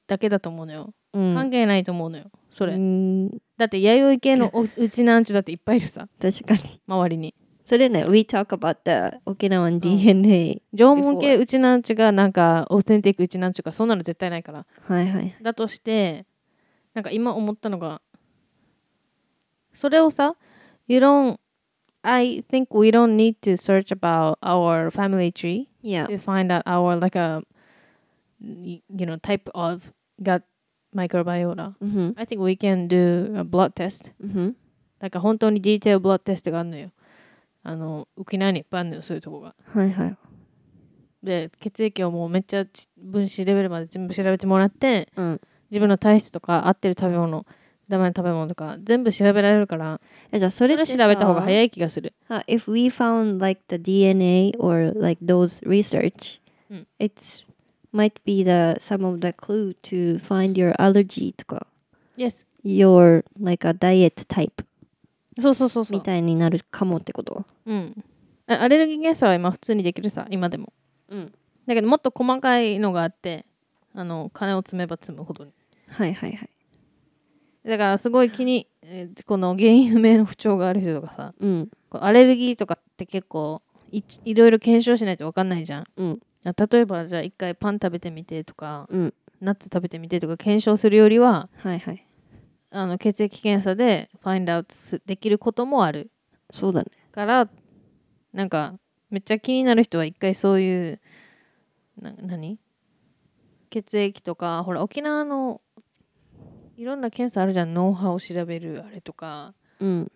Speaker 2: だけだと思うのよ。
Speaker 1: うん
Speaker 2: 関係ないと思うのよ。それ。
Speaker 1: うん
Speaker 2: だって弥生系のおうちなんちゅだっていっぱいいるさ。
Speaker 1: 確かに。
Speaker 2: 周りに。
Speaker 1: それね、We talk about the Okinawan DNA.
Speaker 2: 縄文系うちなんちゅがなんかオーセンティックうちなんちゅかそんなの絶対ないから。
Speaker 1: はいはい。
Speaker 2: だとしてなんか今思ったのがそれをさ You don't I think we don't need to search about our family tree
Speaker 1: Yeah.
Speaker 2: to find out our like a y- you know type of gut microbiota.
Speaker 1: Mm-hmm.
Speaker 2: I think we can do a blood test.
Speaker 1: Mm-hmm.
Speaker 2: なんか本当に detail blood test があるのよ。あの沖縄にいっぱいあるのよそういうとこが。
Speaker 1: はいはい。
Speaker 2: で血液をもうめっちゃち分子レベルまで全部調べてもらって
Speaker 1: うん。
Speaker 2: 自分の体質とか合ってる食べ物ダメな食べ物とか全部調べられるから
Speaker 1: えじゃあそ
Speaker 2: そ
Speaker 1: れ
Speaker 2: れ調べた方が
Speaker 1: い。
Speaker 2: 早い気がする。
Speaker 1: Uh, if we found like the DNA or like those research,
Speaker 2: うん
Speaker 1: it's might be the some of the clue to find your allergy とか
Speaker 2: Yes
Speaker 1: your like a diet type
Speaker 2: そうそうそうそ
Speaker 1: み
Speaker 2: う。
Speaker 1: たいになるかもってこと。
Speaker 2: うん、あアレルギー検査は今普通にできるさ今でも。
Speaker 1: うん。
Speaker 2: だけどもっと細かいのがあってあの金を積めば積むほどに
Speaker 1: はいはいはい。
Speaker 2: だからすごい気に、えーこの原因不明の不調がある人とかさ
Speaker 1: うん
Speaker 2: こうアレルギーとかって結構いいろいろ検証しないと分かんないじゃん
Speaker 1: うん
Speaker 2: あ例えばじゃあ一回パン食べてみてとか
Speaker 1: うん。
Speaker 2: ナッツ食べてみてとか検証するよりは
Speaker 1: はいはい。
Speaker 2: あの血液検査でファインドアウトすできることもある
Speaker 1: そうだね。
Speaker 2: からなんかめっちゃ気になる人は一回そういうな何血液とかほら沖縄のいろんな検査あるじゃん脳波を調べるあれとか
Speaker 1: うん。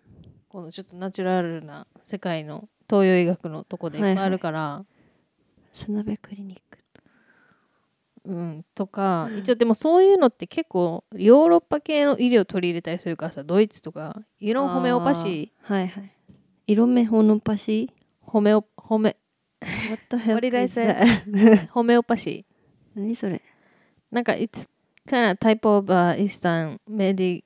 Speaker 2: このちょっとナチュラルな世界の東洋医学のとこでいっぱいあるから、
Speaker 1: スナベクリニック。
Speaker 2: うんとか一応でもそういうのって結構ヨーロッパ系の医療取り入れたりするからさドイツとかいろんなホメオパシー
Speaker 1: ー。はいはい。色目ホノパ シ
Speaker 2: ホメオホメ
Speaker 1: ー ?What the
Speaker 2: What did
Speaker 1: heck
Speaker 2: I
Speaker 1: is
Speaker 2: say?
Speaker 1: that?
Speaker 2: ホメオパシー
Speaker 1: 何それ
Speaker 2: なんか、it's kind of type of、uh, Eastern medi-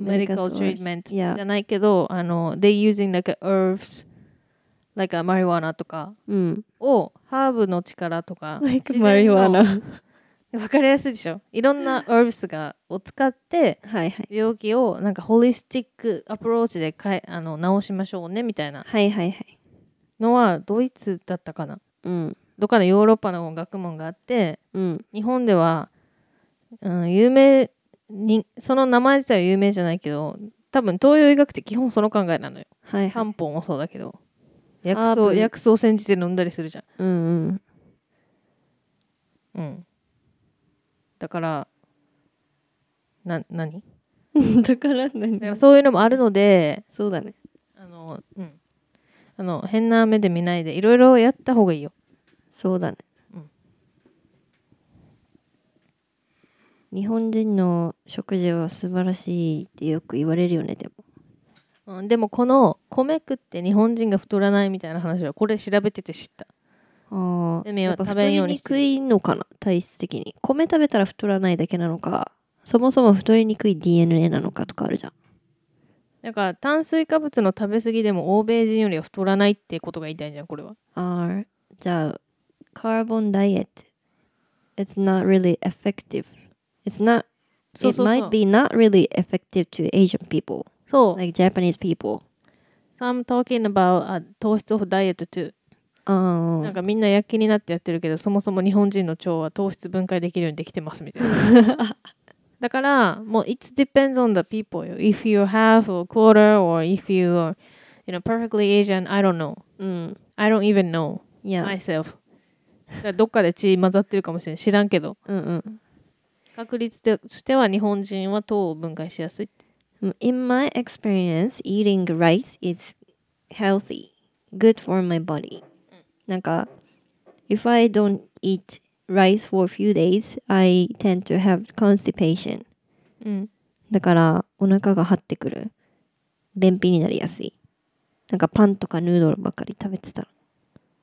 Speaker 2: medical
Speaker 1: Medical source.
Speaker 2: treatment
Speaker 1: Yeah.
Speaker 2: じゃないけど、あの、they using like a herbs, like a marijuana とか
Speaker 1: うん。
Speaker 2: をハーブの力と か、
Speaker 1: Like
Speaker 2: 自然の
Speaker 1: marijuana.
Speaker 2: わかりやすいでしょ。いろんな herbs がを使って
Speaker 1: はいはい。
Speaker 2: 病気をなんかホリスティックアプローチでかえあの治しましょうねみたいな
Speaker 1: はいはいはい。
Speaker 2: のはドイツだったかな。
Speaker 1: うん。
Speaker 2: どっかのヨーロッパの学問があって、
Speaker 1: うん。
Speaker 2: 日本では、うん、有名にその名前自体は有名じゃないけど多分東洋医学って基本その考えなのよ
Speaker 1: はいはい。
Speaker 2: 漢方もそうだけど
Speaker 1: ハ
Speaker 2: 薬
Speaker 1: ーブ
Speaker 2: 草薬草煎じて飲んだりするじゃ
Speaker 1: うんうん。
Speaker 2: んうんだからな何
Speaker 1: だから何
Speaker 2: だからそういうのもあるので
Speaker 1: そうだね。
Speaker 2: あのうんあの変な目で見ないでいろいろやった方がいいよ
Speaker 1: そうだね。
Speaker 2: うん
Speaker 1: 日本人の食事は素晴らしいってよく言われるよね、でも。
Speaker 2: うん、でもこの米食って日本人が太らないみたいな話はこれ調べてて知った
Speaker 1: ああ。
Speaker 2: でもやっぱ
Speaker 1: やっぱ
Speaker 2: 食べんよ
Speaker 1: 太
Speaker 2: う
Speaker 1: り
Speaker 2: に
Speaker 1: に
Speaker 2: してる
Speaker 1: くいのかな、体質的に。米食べたら太らないだけなのか、そもそも太りにくい DNA なのかとかあるじゃん。
Speaker 2: なんか炭水化物の食べ過ぎでも欧米人よりは太らないってことが言いたいんじゃんこれは。
Speaker 1: ああ、じゃあ、carbon diet. It's not really effective. It's not,
Speaker 2: そうそうそう
Speaker 1: it might be not really effective to Asian people,
Speaker 2: そう。
Speaker 1: like Japanese people.
Speaker 2: so I'm talking about、糖質オフダイエット too、
Speaker 1: あ
Speaker 2: なん
Speaker 1: あ、
Speaker 2: かみんな躍起になってやってるけどそもそも日本人の腸は糖質分解できるようにできてますみたいな。 だからもう It depends on the people よ。If you have a quarter or if you are you know, perfectly Asian, I don't know.
Speaker 1: うん。
Speaker 2: I don't even know
Speaker 1: いや、
Speaker 2: myself. だからどっかで血混ざってるかもしれない知らんけど
Speaker 1: うんうん。
Speaker 2: 確率としては日本人は糖を分解しやすい
Speaker 1: In my experience, eating rice is healthy, good for my body. なんか、if I don't eat rice for a few days, I tend to have constipation.
Speaker 2: うん
Speaker 1: だから、お腹が張ってくる。便秘になりやすい。なんかパンとかヌードルばっかり食べてたら。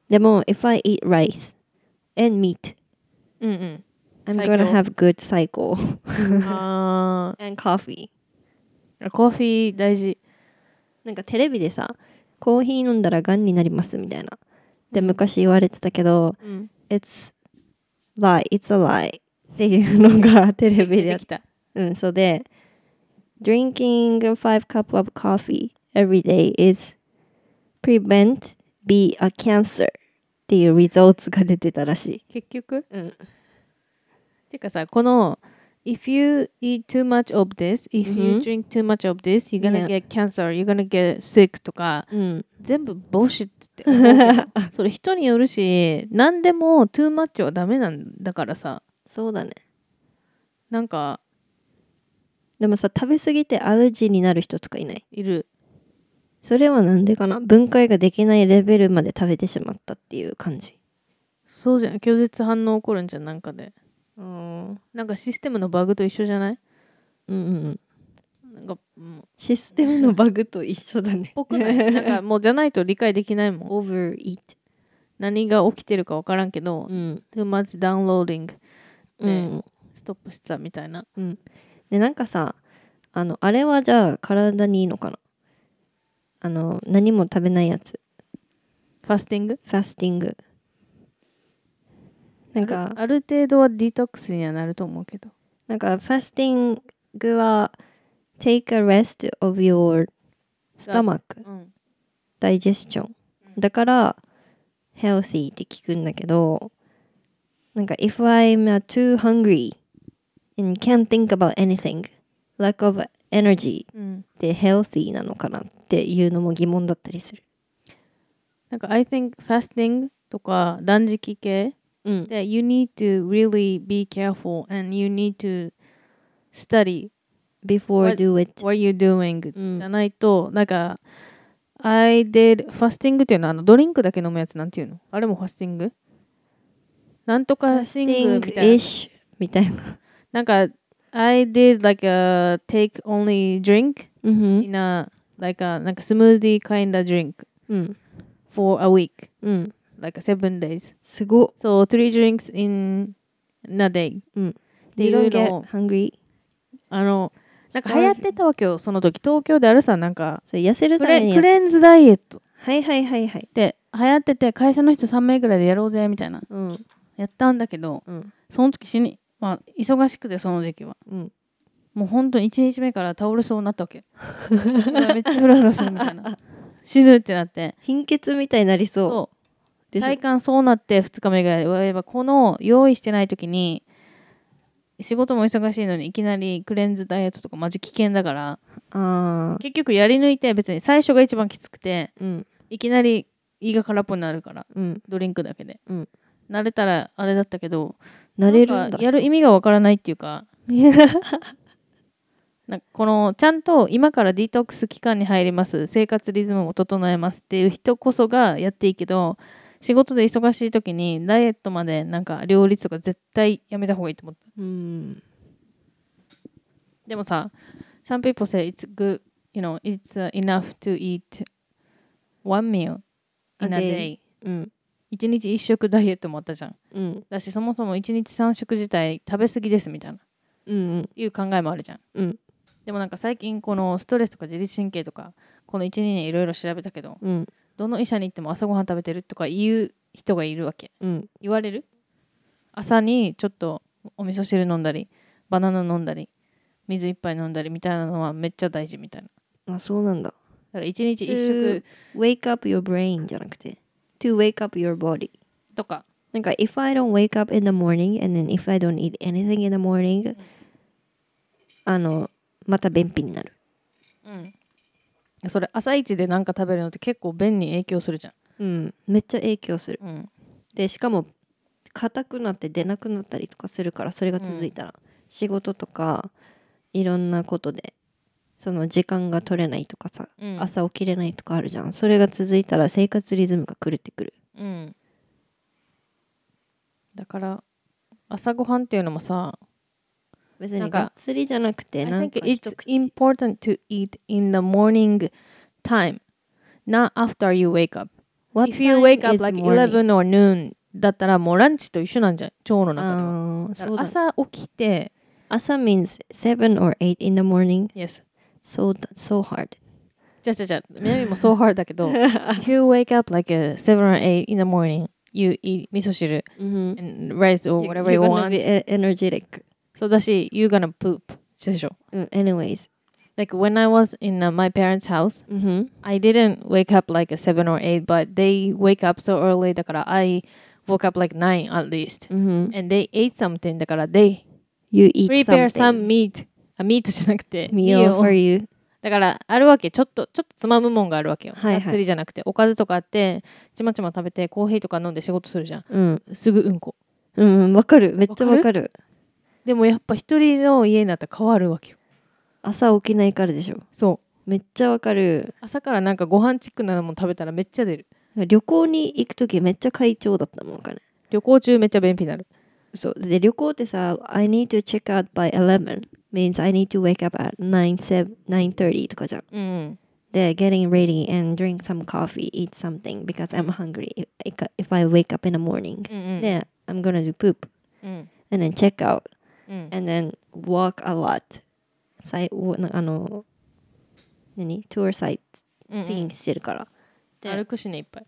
Speaker 1: でも、if I eat rice and meat,
Speaker 2: うんうん。
Speaker 1: I'm
Speaker 2: 最強
Speaker 1: gonna have good cycle
Speaker 2: あ
Speaker 1: and coffee.
Speaker 2: あ、コーヒー大事。
Speaker 1: なんかテレビでさコーヒー飲んだらがんになりますみたいなで昔言われてたけど
Speaker 2: うん。
Speaker 1: 「It's lie it's a lie」っていうのがテレビでや
Speaker 2: で
Speaker 1: っ
Speaker 2: きた。
Speaker 1: うんそうで「Drinking five cup of coffee every day is prevent be a cancer」っていうリゾーツが出てたらしい
Speaker 2: 結局
Speaker 1: うん
Speaker 2: てかさ、この if you eat too much of this, if you
Speaker 1: Mhm.
Speaker 2: drink too much of this, you're gonna
Speaker 1: Yeah.
Speaker 2: get cancer, you're gonna get sick とか、
Speaker 1: うん。
Speaker 2: 全部帽子って思うけどそれ人によるし、何でも too much はダメなんだからさ、
Speaker 1: そうだね。
Speaker 2: なんか
Speaker 1: でもさ、食べ過ぎてアレルギーになる人とかいない。
Speaker 2: いる。
Speaker 1: それはなんでかな分解ができないレベルまで食べてしまったっていう感じ。
Speaker 2: そうじゃん。拒絶反応起こるんじゃん、なんかで。
Speaker 1: うん。
Speaker 2: なんかシステムのバグと一緒じゃない
Speaker 1: うんうん。
Speaker 2: なんか、うん
Speaker 1: システムのバグと一緒だね。
Speaker 2: ぽくないなんかもうじゃないと理解できないもん。
Speaker 1: overeat。
Speaker 2: 何が起きてるかわからんけど、
Speaker 1: ん。
Speaker 2: too much downloading
Speaker 1: うん。
Speaker 2: ストップしてたみたいな。
Speaker 1: うん。で、なんかさ、あの、あれはじゃあ体にいいのかなあの、何も食べないやつ。
Speaker 2: ファスティング
Speaker 1: ファスティング。なんか、
Speaker 2: あるある程度はディトックスにはなると思うけど。
Speaker 1: なんか、ファスティングは、take a rest of your stomach
Speaker 2: うん。
Speaker 1: digestion。だから、healthy って聞くんだけど、なんか、if I'm uh, too hungry and can't think about anything, lack of energy
Speaker 2: うん、
Speaker 1: って healthy なのかなっていうのも疑問だったりする。
Speaker 2: なんか、I think fasting とか断食系
Speaker 1: うん。
Speaker 2: で、you need to really be careful and you need to study
Speaker 1: before
Speaker 2: What-
Speaker 1: do it.
Speaker 2: what you're doing、
Speaker 1: うん
Speaker 2: じゃないと、なんか、I did fasting っていうのはあのドリンクだけ飲むやつなんていうのあれもファスティングなんとかシングみたいな。
Speaker 1: ish みたいな。
Speaker 2: なんか、I did like a take only drink
Speaker 1: うん
Speaker 2: in a like a なんかスムーディー kind of drink
Speaker 1: うん。
Speaker 2: for a week
Speaker 1: うん。
Speaker 2: like seven days
Speaker 1: すごっ。
Speaker 2: so three drinks in a day
Speaker 1: うん。
Speaker 2: ていう
Speaker 1: You don't
Speaker 2: のを
Speaker 1: get hungry.
Speaker 2: あのなんか
Speaker 1: そう
Speaker 2: 流行ってたわけよその時東京であるさなんか
Speaker 1: それ痩せる
Speaker 2: ク
Speaker 1: ため
Speaker 2: レ
Speaker 1: に
Speaker 2: クレンズダイエットっ
Speaker 1: はいはいはいはい。
Speaker 2: て流行ってて会社の人3名ぐらいでやろうぜみたいな
Speaker 1: うん。
Speaker 2: やったんだけど
Speaker 1: うん。
Speaker 2: その時死にまあ忙しくてその時期は
Speaker 1: うん。
Speaker 2: もう本当に1日目から倒れそうになった わけうわめっちゃフラフラするみたいな死ぬってなって
Speaker 1: 貧血みたいになりそう。
Speaker 2: そう
Speaker 1: でしょ
Speaker 2: 体感そうなって2日目ぐらいでうわやっぱこの用意してない時に仕事も忙しいのにいきなりクレンズダイエットとかマジ危険だから
Speaker 1: ああ。
Speaker 2: 結局やり抜いて別に最初が一番きつくて
Speaker 1: うん。
Speaker 2: いきなり胃が空っぽになるから
Speaker 1: うん。
Speaker 2: ドリンクだけで、
Speaker 1: うん
Speaker 2: 慣れたらあれだったけど
Speaker 1: なれるん
Speaker 2: な
Speaker 1: だ。
Speaker 2: か やる意味がわからないっていうかなんかこのちゃんと今からディトックス期間に入ります生活リズムも整えますっていう人こそがやっていいけど仕事で忙しい時にダイエットまでなんか両立とか絶対やめた方がいいと思った
Speaker 1: うん。
Speaker 2: でもさ some people say it's good you know it's uh, enough to eat one meal in a
Speaker 1: A
Speaker 2: day
Speaker 1: うん。
Speaker 2: 一日一食ダイエットもあったじゃん
Speaker 1: うん。
Speaker 2: だしそもそも一日三食自体食べ過ぎですみたいな
Speaker 1: うん。
Speaker 2: いう考えもあるじゃん
Speaker 1: うん。
Speaker 2: でもなんか最近このストレスとか自律神経とかこの12年いろいろ調べたけど
Speaker 1: うん。
Speaker 2: どの医者に行っても朝ごはん食べてるとか言う人がいるわけ
Speaker 1: うん。
Speaker 2: 言われる朝にちょっとお味噌汁飲んだりバナナ飲んだり水一杯飲んだりみたいなのはめっちゃ大事みたいなだ
Speaker 1: あ、そうなんだ。
Speaker 2: から一日一
Speaker 1: To
Speaker 2: 食
Speaker 1: wake up your brain じゃなくて。to wake up your body.
Speaker 2: とか
Speaker 1: なんか、if I don't wake up in the morning and then if I don't eat anything in the morning, あの、また便秘になる。
Speaker 2: うんそれ朝一で何か食べるのって結構便に影響するじゃ
Speaker 1: うん。めっちゃ影響する。
Speaker 2: ん、うん、
Speaker 1: でしかも硬くなって出なくなったりとかするからそれが続いたら、仕事とかいろんなことでその時間が取れないとかさ、
Speaker 2: うん
Speaker 1: 朝起きれないとかあるじゃんそれが続いたら生活リズムが狂ってくる
Speaker 2: うんだから朝ごはんっていうのもさ
Speaker 1: 別
Speaker 2: な
Speaker 1: に
Speaker 2: んか
Speaker 1: がっつりじゃなくて
Speaker 2: I
Speaker 1: なん
Speaker 2: think
Speaker 1: か
Speaker 2: it's
Speaker 1: 一口
Speaker 2: important to eat in the morning time, not after you wake up.
Speaker 1: What
Speaker 2: If you
Speaker 1: time
Speaker 2: wake up
Speaker 1: is
Speaker 2: like
Speaker 1: morning?
Speaker 2: 11 or noon だったらもうランチと一緒なんじゃん、腸の中では。
Speaker 1: あー
Speaker 2: だ
Speaker 1: そ
Speaker 2: か
Speaker 1: うだ
Speaker 2: ら朝起きて、
Speaker 1: 朝 means 7 or 8 in the morning
Speaker 2: yes.
Speaker 1: so, that- so hard
Speaker 2: じゃあじゃあじゃあ、南も so hard だ けど、If you wake up like uh, 7 or 8 in the morning, you eat 味噌汁 and rice or whatever you
Speaker 1: You're gonna be
Speaker 2: want.
Speaker 1: e- energetic
Speaker 2: そうだし、you're gonna poop. でしょ。
Speaker 1: うん anyways
Speaker 2: Like when I was in uh, my parents' house,
Speaker 1: うん
Speaker 2: I didn't wake up like a seven or eight, but they wake up so early. だから I woke up like nine at least,
Speaker 1: うん
Speaker 2: and they ate something. だから they
Speaker 1: You eat
Speaker 2: prepare some
Speaker 1: something.
Speaker 2: meat あ meat じゃなくて
Speaker 1: meal for you.
Speaker 2: だからあるわけちょっとちょっとつまむもんがあるわけよ、
Speaker 1: はいはい
Speaker 2: がっつりじゃなくておかずとかあってちまちま食べてコーヒーとか飲んで仕事するじゃん
Speaker 1: うん。
Speaker 2: すぐうんこ
Speaker 1: うんうん、わかる。めっちゃわかる。
Speaker 2: でもやっぱ一人の家になったら変わるわけよ
Speaker 1: 朝起きないからでしょ。
Speaker 2: そ
Speaker 1: めっちゃわかる
Speaker 2: う。朝からなんかご飯チックなのも食べたらめっちゃ出る
Speaker 1: 旅行に行くときめっちゃ快調だったもんかね。
Speaker 2: 旅行中めっちゃ便秘になる
Speaker 1: そう。で、旅行ってさ、I need to check out by 11 means I need to wake up at 9 7 9:30とかじゃん。
Speaker 2: うん
Speaker 1: で、getting ready and drink some coffee, eat something because I'm hungry if, if I wake up in the morning.
Speaker 2: うんうん
Speaker 1: で、I'm gonna do poop
Speaker 2: うん、
Speaker 1: and then check out
Speaker 2: うん、
Speaker 1: and then walk a lot. さいおなあの、何 ?tour site
Speaker 2: うんうん
Speaker 1: seeing してるから。で
Speaker 2: 歩くしねいっぱい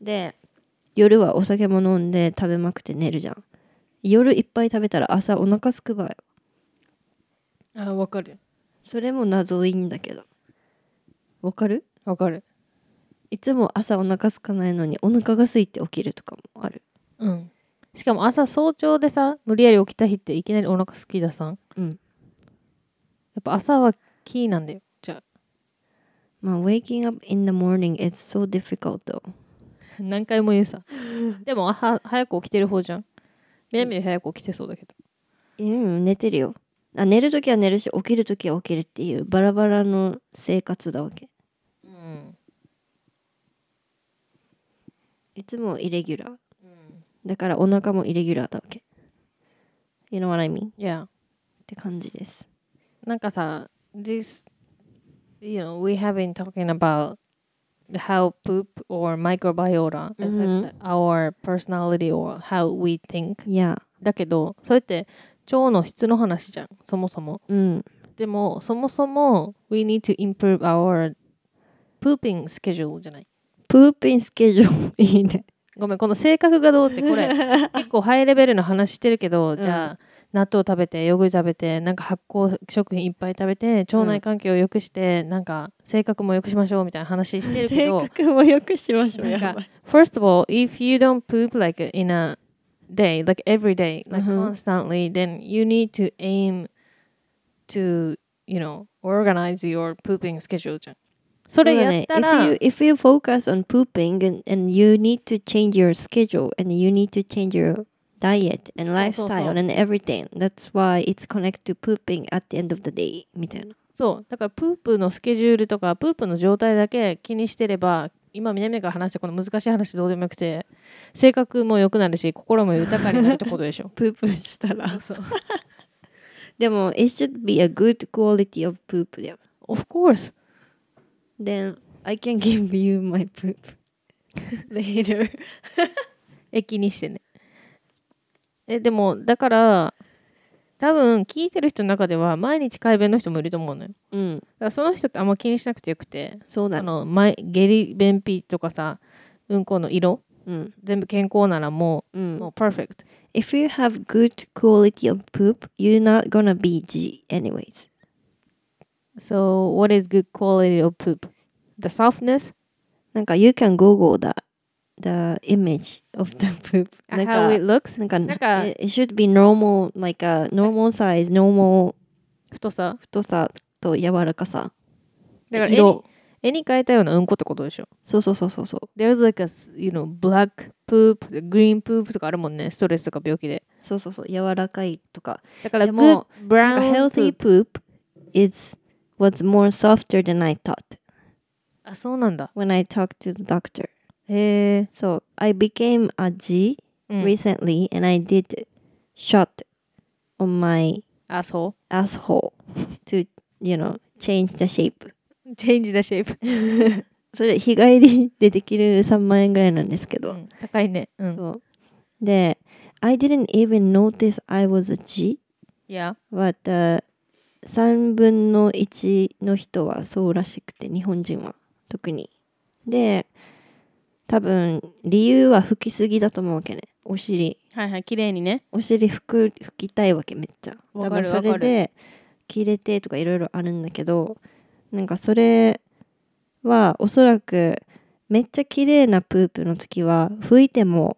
Speaker 1: で夜はお酒も飲んで食べまくって寝るじゃん夜いっぱい食べたら朝お腹すくばよ
Speaker 2: あわかるよ
Speaker 1: それも謎いんだけどわかる
Speaker 2: わかる
Speaker 1: いつも朝お腹すかないのにお腹が空いて起きるとかもある
Speaker 2: うんしかも朝早朝でさ無理やり起きた日っていきなりお腹すきださんや
Speaker 1: うん
Speaker 2: っぱ朝はキーなんだよじゃ
Speaker 1: まあ waking up in the morning is so difficult though
Speaker 2: あ 何回も言う さでもあは早く起きてる方じゃんみなみより早く起きてそうだけど
Speaker 1: うん寝てるよあ寝るときは寝るし起きるときは起きるっていうバラバラの生活だわけ
Speaker 2: うん
Speaker 1: いつもイレギュラー
Speaker 2: うん
Speaker 1: だからお腹もイレギュラーだわけ You know what I mean? っ
Speaker 2: いや
Speaker 1: て感じです
Speaker 2: なんかさ this you know we have been talking about how poop or microbiota affect
Speaker 1: うん
Speaker 2: our personality or how we think
Speaker 1: いや
Speaker 2: だけどそれって腸の質の話じゃんそもそも
Speaker 1: うん
Speaker 2: でもそもそも we need to improve our pooping schedule じゃない
Speaker 1: プーピンスケジュールいいね。
Speaker 2: ごめんこの性格がどうって これ結構ハイレベルな話してるけど、
Speaker 1: ん
Speaker 2: じゃあ納豆食べてヨーグルト食べてなんか発酵食品いっぱい食べて腸内環境を良くして、なんか性格も良くしましょうみたいな話してるけ
Speaker 1: 性
Speaker 2: ど
Speaker 1: 格もよくしましょう。
Speaker 2: なんか
Speaker 1: やばい
Speaker 2: First of all, if you don't poop like in a day, like every day, like
Speaker 1: Mhm.
Speaker 2: constantly, then you need to aim to, you know, organize your pooping schedule じゃん。それやったら、
Speaker 1: そうだね if, you, if you focus on pooping and, and you need to change your schedule and you need to change your diet and
Speaker 2: そうそう
Speaker 1: lifestyle and everything, that's why it's connected to pooping at the end of the day み たいな。。
Speaker 2: そう、だからプープのスケジュールとか、プープの状態だけ気にしてれば、今、南が話したこの難しい話どうでもよくて、性格も良くなるし、心も豊かになるってことでしょ
Speaker 1: プープした
Speaker 2: そう。そう。
Speaker 1: でも、it should be a good quality of poop だよ。
Speaker 2: Of course.
Speaker 1: Then, I can give you my poop later.
Speaker 2: え気にしてねえでもだから多分聞いてる人の中では毎日改便の人もいると 思うのよ
Speaker 1: う
Speaker 2: だ
Speaker 1: ん、
Speaker 2: からその人ってあんま気にしなくてよくて
Speaker 1: そうだ
Speaker 2: あ
Speaker 1: ね。
Speaker 2: の前下痢便秘とかさうんこの色
Speaker 1: うん。
Speaker 2: 全部健康ならも
Speaker 1: うん
Speaker 2: う、もうパーフェクト
Speaker 1: If you have good quality of poop, you're not gonna be G anyways.
Speaker 2: So what is good quality of poop? The softness?
Speaker 1: なんか you can Google the the image of the poop. なん
Speaker 2: How it
Speaker 1: か
Speaker 2: looks?
Speaker 1: なんか
Speaker 2: なんか
Speaker 1: it, it should be normal like a normal size, normal
Speaker 2: 太さ
Speaker 1: 太さと柔らかさ。
Speaker 2: だから絵に
Speaker 1: 色。
Speaker 2: 絵に描いたようなうんこってことでしょ
Speaker 1: そうそうそうそうそう。
Speaker 2: There's like a s- you know black poop, green poop とかあるもんねストレスとか病気で
Speaker 1: そうそうそう柔らかいとか。
Speaker 2: だから
Speaker 1: でも
Speaker 2: good brown
Speaker 1: なんか healthy
Speaker 2: poop
Speaker 1: poop is was more softer than I thought
Speaker 2: あそうなんだ
Speaker 1: when I talked to the doctor.
Speaker 2: へえ、
Speaker 1: So I became a G
Speaker 2: うん
Speaker 1: recently and I did shot on my
Speaker 2: あそ
Speaker 1: asshole to you know change the shape
Speaker 2: う Change the shape、
Speaker 1: それ日帰 りでできる3万円ぐらいなんですけ
Speaker 2: う
Speaker 1: ど、
Speaker 2: ん、高いねうん
Speaker 1: そうで I didn't even notice I was a G
Speaker 2: いや
Speaker 1: but、uh, 3分の1の人はそうらしくて日本人は特にで多分理由は拭きすぎだと思うわけねお尻
Speaker 2: はいはい綺麗にね
Speaker 1: お尻拭く拭きたいわけめっちゃ
Speaker 2: わ
Speaker 1: 多
Speaker 2: か
Speaker 1: 分
Speaker 2: る
Speaker 1: それで切れてとかいろいろあるんだけどなんかそれはおそらくめっちゃ綺麗なプープの時は拭いても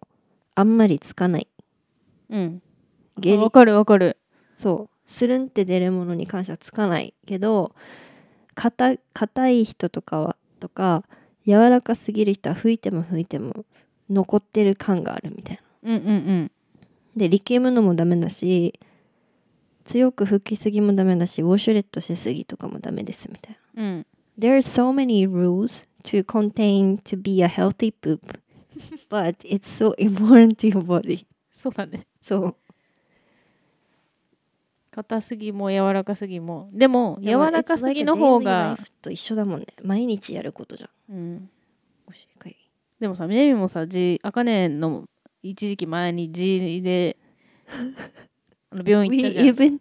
Speaker 1: あんまりつかない
Speaker 2: うん
Speaker 1: 下痢
Speaker 2: わかるわかる
Speaker 1: そうスルンって出るものに関してはつかないけど硬硬い人とかはとか柔らかすぎる人は吹いても吹いても残ってる感があるみたいな
Speaker 2: うんうんうん
Speaker 1: で力むのもダメだし強く吹きすぎもダメだしウォシュレットしすぎとかもダメですみたいな
Speaker 2: うん
Speaker 1: There are so many rules to contain to be a healthy poop but it's so important to your body
Speaker 2: そうだね
Speaker 1: そう
Speaker 2: 硬すぎも柔らかすぎもでも柔らかすぎの方
Speaker 1: It's like a daily
Speaker 2: が
Speaker 1: life と一緒だもんね毎日やることじゃん
Speaker 2: うん
Speaker 1: おしかい
Speaker 2: でもさみなみもさじあかねの一時期前に G であの病院
Speaker 1: We
Speaker 2: 行ったじゃん
Speaker 1: even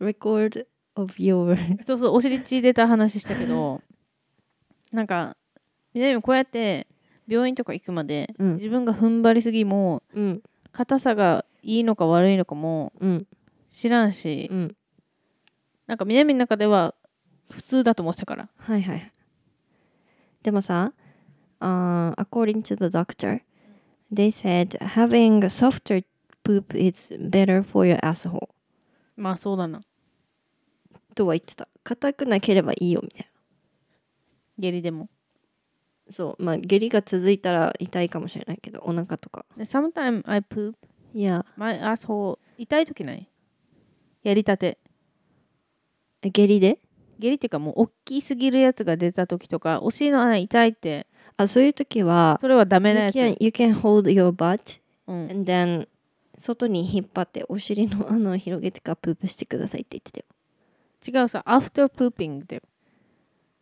Speaker 1: record of your
Speaker 2: そうそうお尻血出た話したけどなんかみなみもこうやって病院とか行くまで、
Speaker 1: うん
Speaker 2: 自分が踏ん張りすぎも
Speaker 1: うん
Speaker 2: 硬さがいいのか悪いのかも
Speaker 1: うん
Speaker 2: 知らんし、
Speaker 1: うん
Speaker 2: なんかみなみの中では普通だと思ってたから
Speaker 1: はいはいでもさ、uh, according to the doctor they said having a softer poop is better for your asshole
Speaker 2: まあそうだな
Speaker 1: とは言ってた硬くなければいいよみたい
Speaker 2: 下痢でも
Speaker 1: なそうまあ下痢が続いたら痛いかもしれないけどお腹とか
Speaker 2: で Sometimes I poop
Speaker 1: いや
Speaker 2: my asshole 痛い時ないやりたて
Speaker 1: 下痢で
Speaker 2: 下痢っていうかもう大きすぎるやつが出た時とかお尻の穴痛いって
Speaker 1: あそういう時は
Speaker 2: それはダメな
Speaker 1: you
Speaker 2: やつ、
Speaker 1: can, you can hold your butt
Speaker 2: うん
Speaker 1: And then 外に引っ張ってお尻の穴を広げてからプープしてくださいって言ってたよ
Speaker 2: 違うさ after pooping で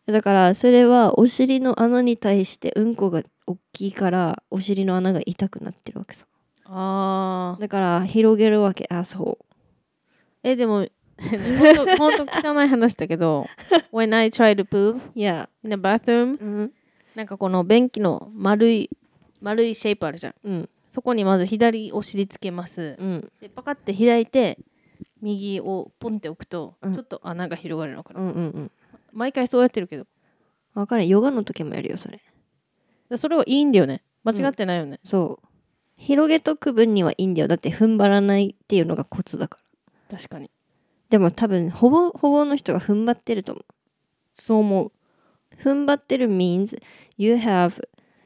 Speaker 1: だからそれはお尻の穴に対してうんこが大きいからお尻の穴が痛くなってるわけさ
Speaker 2: ああ
Speaker 1: だから広げるわけアスホ
Speaker 2: えでもほんとほんと汚い話だけ ど When I try to poop
Speaker 1: ーいや
Speaker 2: in the bathroom
Speaker 1: うん
Speaker 2: なんかこの便器の丸い丸いシェイプあるじゃん
Speaker 1: うん
Speaker 2: そこにまず左お尻つけます
Speaker 1: うん
Speaker 2: でパカって開いて右をポンって置くと、
Speaker 1: うん
Speaker 2: ちょっと穴が広がるのかな、
Speaker 1: うんうん
Speaker 2: 毎回そうやってるけど
Speaker 1: 分かるヨガの時もやるよそれ
Speaker 2: でそれはいいんだよね間違ってないよね、
Speaker 1: そう広げとく分にはいいんだよだって踏ん張らないっていうのがコツだから
Speaker 2: 確かに
Speaker 1: でも多分ほぼほぼの人が踏ん張ってると思う
Speaker 2: そう思う
Speaker 1: 踏ん張ってる means you have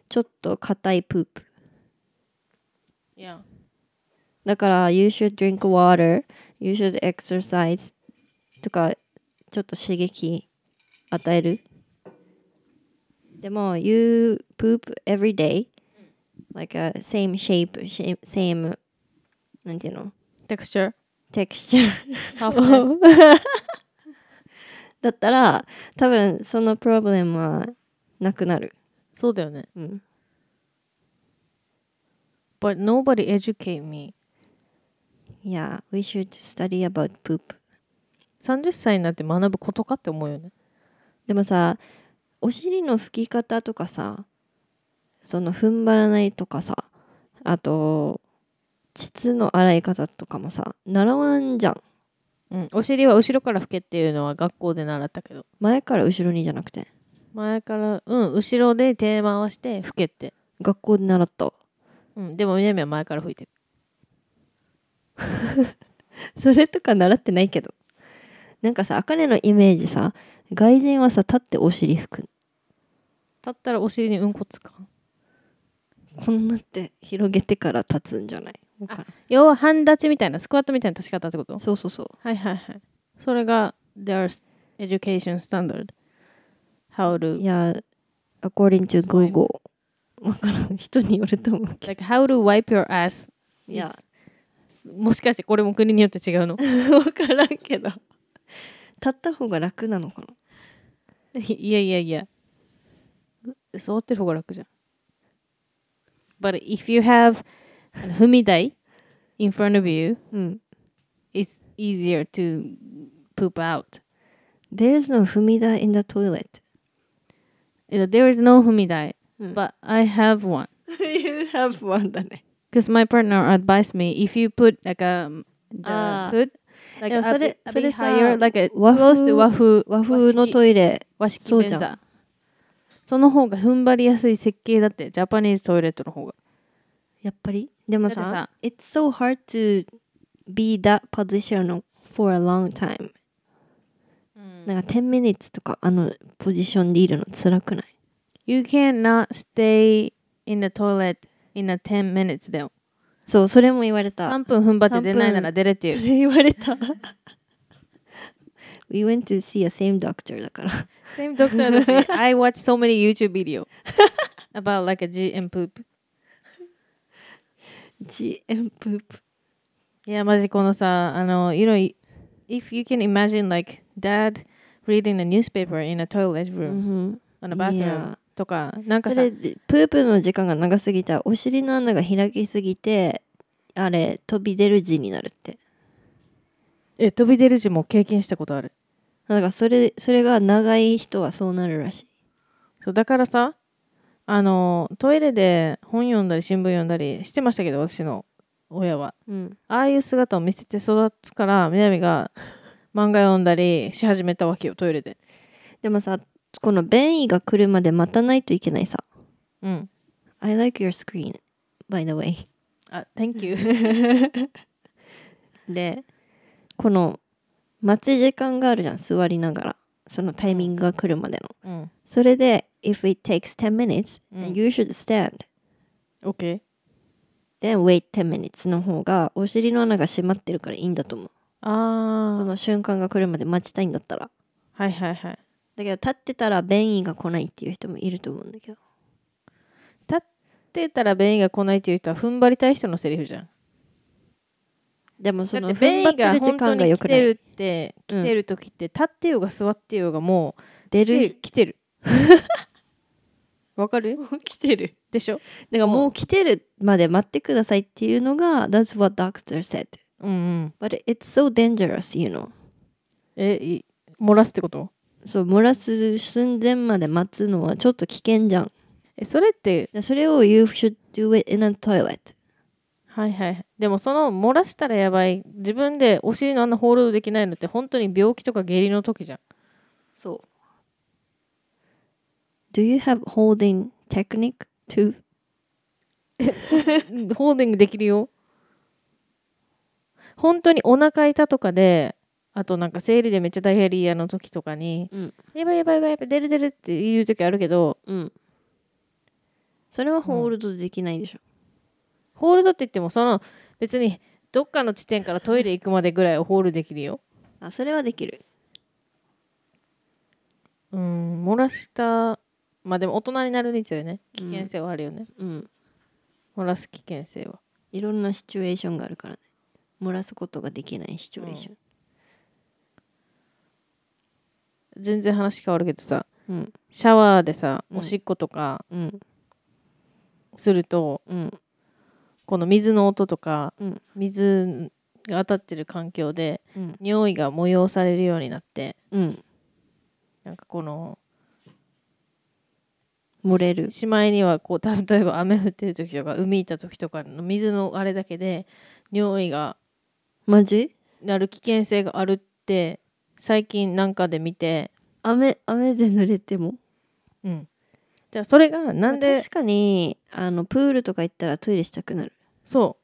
Speaker 1: ちょっと硬い poop
Speaker 2: いや
Speaker 1: だから you should drink water you should exercise とかちょっと刺激与えるでも you poop every day like a same shape same- same なんていうの
Speaker 2: texture
Speaker 1: texture
Speaker 2: softness
Speaker 1: だったら多分そのプロブレムはなくなる、
Speaker 2: そうだよね
Speaker 1: うん
Speaker 2: but nobody educate me
Speaker 1: Yeah, we should study about poop.
Speaker 2: 30歳になって学ぶことかって思うよね
Speaker 1: でもさ、お尻の拭き方とかさ、その踏ん張らないとかさ、あと、膣の洗い方とかもさ、習わんじゃん。
Speaker 2: うんお尻は後ろから拭けっていうのは学校で習ったけど
Speaker 1: 前から後ろにじゃなくて、
Speaker 2: 前からうん後ろで手回して拭けって
Speaker 1: 学校で習ったわ。
Speaker 2: うんでもみなみは前から拭いてる
Speaker 1: それとか習ってないけど。なんかさ、あかねのイメージさ、外人はさ、立ってお尻拭く。
Speaker 2: 立ったらお尻にうんこつかん
Speaker 1: こんなって広げてから立つんじゃないわからん
Speaker 2: 要は半立ちみたいなスクワットみたいな立ち方ってこと
Speaker 1: そうそうそう。
Speaker 2: はいはいはいそれが their education standard how to
Speaker 1: いや、according to
Speaker 2: ごい
Speaker 1: Google。わからん、人によると思うけ
Speaker 2: like how to wipe your ass
Speaker 1: ど。いや、
Speaker 2: It's- もしかしてこれも国によって違うの
Speaker 1: わからんけど。立った方が楽なのかな。
Speaker 2: いやいやいや。座ってる方が楽じゃん。But if you have あの踏み台 in front of you,
Speaker 1: うん。
Speaker 2: it's easier to poop out.
Speaker 1: There's no 踏み台 in the toilet.
Speaker 2: You know, There is no 踏み台、
Speaker 1: うん
Speaker 2: but I have one.
Speaker 1: you have one だね。
Speaker 2: Because my partner advised me if you put like a the
Speaker 1: あー
Speaker 2: foot like
Speaker 1: い
Speaker 2: a,
Speaker 1: やそれ
Speaker 2: bit- a
Speaker 1: それ
Speaker 2: bit
Speaker 1: さ
Speaker 2: higher, like a
Speaker 1: 和風
Speaker 2: close to 和風
Speaker 1: 和風のトイレ。
Speaker 2: 和式
Speaker 1: そう
Speaker 2: 便
Speaker 1: じゃん
Speaker 2: 座その方が踏ん張りやすい設計だってジャパニーズトイレットの方が
Speaker 1: やっぱりでも
Speaker 2: だって
Speaker 1: さ、It's so hard to be that position for a long time、なんか10 minutes とかあのポジションでいるの辛くない
Speaker 2: You cannot stay in the toilet in a 10 minutes だよ。
Speaker 1: そうそれも言われた
Speaker 2: 3分踏ん張って出ないなら出れって
Speaker 1: そ
Speaker 2: いう。
Speaker 1: れ言われた We went to see a same doctor だから
Speaker 2: Same doctor だし、I watch so many YouTube video about like a G and poop.
Speaker 1: GM プープ
Speaker 2: いや、マジこのさ、あの、you know, if you can imagine like dad reading the newspaper in a toilet room、on a bathroom
Speaker 1: Yeah
Speaker 2: とか、なんか
Speaker 1: そ
Speaker 2: さ、
Speaker 1: れでプープの時間が長すぎたらお尻の穴が開きすぎてあれ飛び出る字になるって
Speaker 2: え、飛び出る字も経験したことある。
Speaker 1: だからそれそれが長い人はそうなるらしい
Speaker 2: そうだからさあのトイレで本読んだり新聞読んだりしてましたけど私の親は
Speaker 1: うん、
Speaker 2: ああいう姿を見せて育つから南が漫画読んだりし始めたわけよトイレで
Speaker 1: でもさこの便意が来るまで待たないといけないさ
Speaker 2: うん
Speaker 1: I like your screen by the way
Speaker 2: あ Thank you
Speaker 1: でこの待ち時間があるじゃん座りながらそのタイミングが来るまでの
Speaker 2: うん
Speaker 1: それで If it takes 10 minutes
Speaker 2: うん
Speaker 1: then you should stand
Speaker 2: OK
Speaker 1: then wait 10 minutes の方がお尻の穴が閉まってるからいいんだと思う
Speaker 2: あ
Speaker 1: そ
Speaker 2: あ
Speaker 1: の瞬間が来るまで待ちたいんだったら
Speaker 2: はいはいはい
Speaker 1: だけど立ってたら便意が来ないっていう人もいると思うんだけど
Speaker 2: 立ってたら便意が来ないっていう人は踏ん張りたい人のセリフじゃん
Speaker 1: でもそ
Speaker 2: だ
Speaker 1: の
Speaker 2: って
Speaker 1: 踏
Speaker 2: 便
Speaker 1: ん張っ
Speaker 2: 意
Speaker 1: て
Speaker 2: が
Speaker 1: る時
Speaker 2: 本当
Speaker 1: 間が
Speaker 2: に
Speaker 1: 良
Speaker 2: 来
Speaker 1: くな
Speaker 2: てる
Speaker 1: い
Speaker 2: って来
Speaker 1: うん
Speaker 2: てる時って立ってようが座ってようがもう
Speaker 1: 出
Speaker 2: 来て
Speaker 1: る
Speaker 2: 来 てるわかる
Speaker 1: もう来てる
Speaker 2: でしょ
Speaker 1: だからもう来てるまで待ってくださいっていうのが That's what doctor said
Speaker 2: うんうん。
Speaker 1: but it's so dangerous you know
Speaker 2: え、い漏らすってこと
Speaker 1: そう漏らす寸前まで待つのはちょっと危険じゃん
Speaker 2: え、それって、
Speaker 1: でそれを You should do it in a toilet
Speaker 2: はいはい。でもその漏らしたらやばい、自分でお尻の穴ホールドできないのって本当に病気とか下痢の時じゃん。
Speaker 1: そう Do you have holding technique too?
Speaker 2: ホールディングできるよ。本当にお腹痛とかで、あとなんか生理でめっちゃダイアリーアの時とかに、
Speaker 1: うん
Speaker 2: やばいやばいやばいやばい、出る出るっていう時あるけど、
Speaker 1: うんそれはホールドできないでしょ、
Speaker 2: ホールドって言ってもその別にどっかの地点からトイレ行くまでぐらいをホールできるよ。
Speaker 1: あそれはできる
Speaker 2: うん漏らしたまあでも大人になるにつれね危険性はあるよね、
Speaker 1: うん
Speaker 2: 漏らす危険性はい
Speaker 1: ろんなシチュエーションがあるからね漏らすことができないシチュエーション
Speaker 2: 全然話変わるけどさ
Speaker 1: うん
Speaker 2: シャワーでさ
Speaker 1: うん
Speaker 2: おしっことか
Speaker 1: うん
Speaker 2: すると、
Speaker 1: うん
Speaker 2: この水の音とか
Speaker 1: うん
Speaker 2: 水が当たってる環境で
Speaker 1: うん
Speaker 2: 匂いが催されるようになって
Speaker 1: うん
Speaker 2: なんかこの
Speaker 1: 漏れる
Speaker 2: しまいにはこう 例えば雨降ってる時とか海行った時とかの水のあれだけで匂いが
Speaker 1: マジ
Speaker 2: なる危険性があるって最近なんかで見て
Speaker 1: 雨雨で濡れても
Speaker 2: うんじゃあそれがなん
Speaker 1: まあ
Speaker 2: で
Speaker 1: 確かにあのプールとか行ったらトイレしたくなる
Speaker 2: そう。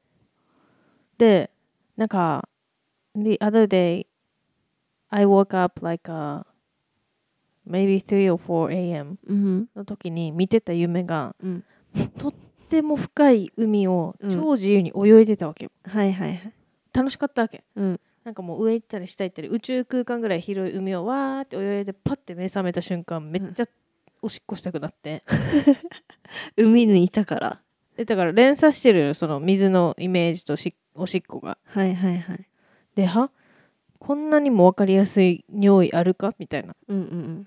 Speaker 2: で、なんか、the other day, I woke up like a, maybe 3 or 4 a.m.
Speaker 1: うん
Speaker 2: の時に見てた夢が、
Speaker 1: うん
Speaker 2: とっても深い海を
Speaker 1: うん
Speaker 2: 超自由に泳いでたわけよ。
Speaker 1: はいはいはい
Speaker 2: 楽しかったわけ。
Speaker 1: うん
Speaker 2: なんかもう上行ったり下行ったり、宇宙空間ぐらい広い海をわーって泳いで、パッて目覚めた瞬間、めっちゃおしっこしたくなって。
Speaker 1: 海にいたから
Speaker 2: でだから連鎖してるよ、その水のイメージとしおしっこが。
Speaker 1: はいはいはい
Speaker 2: ではこんなにも分かりやすい匂いあるかみたいな
Speaker 1: うんうん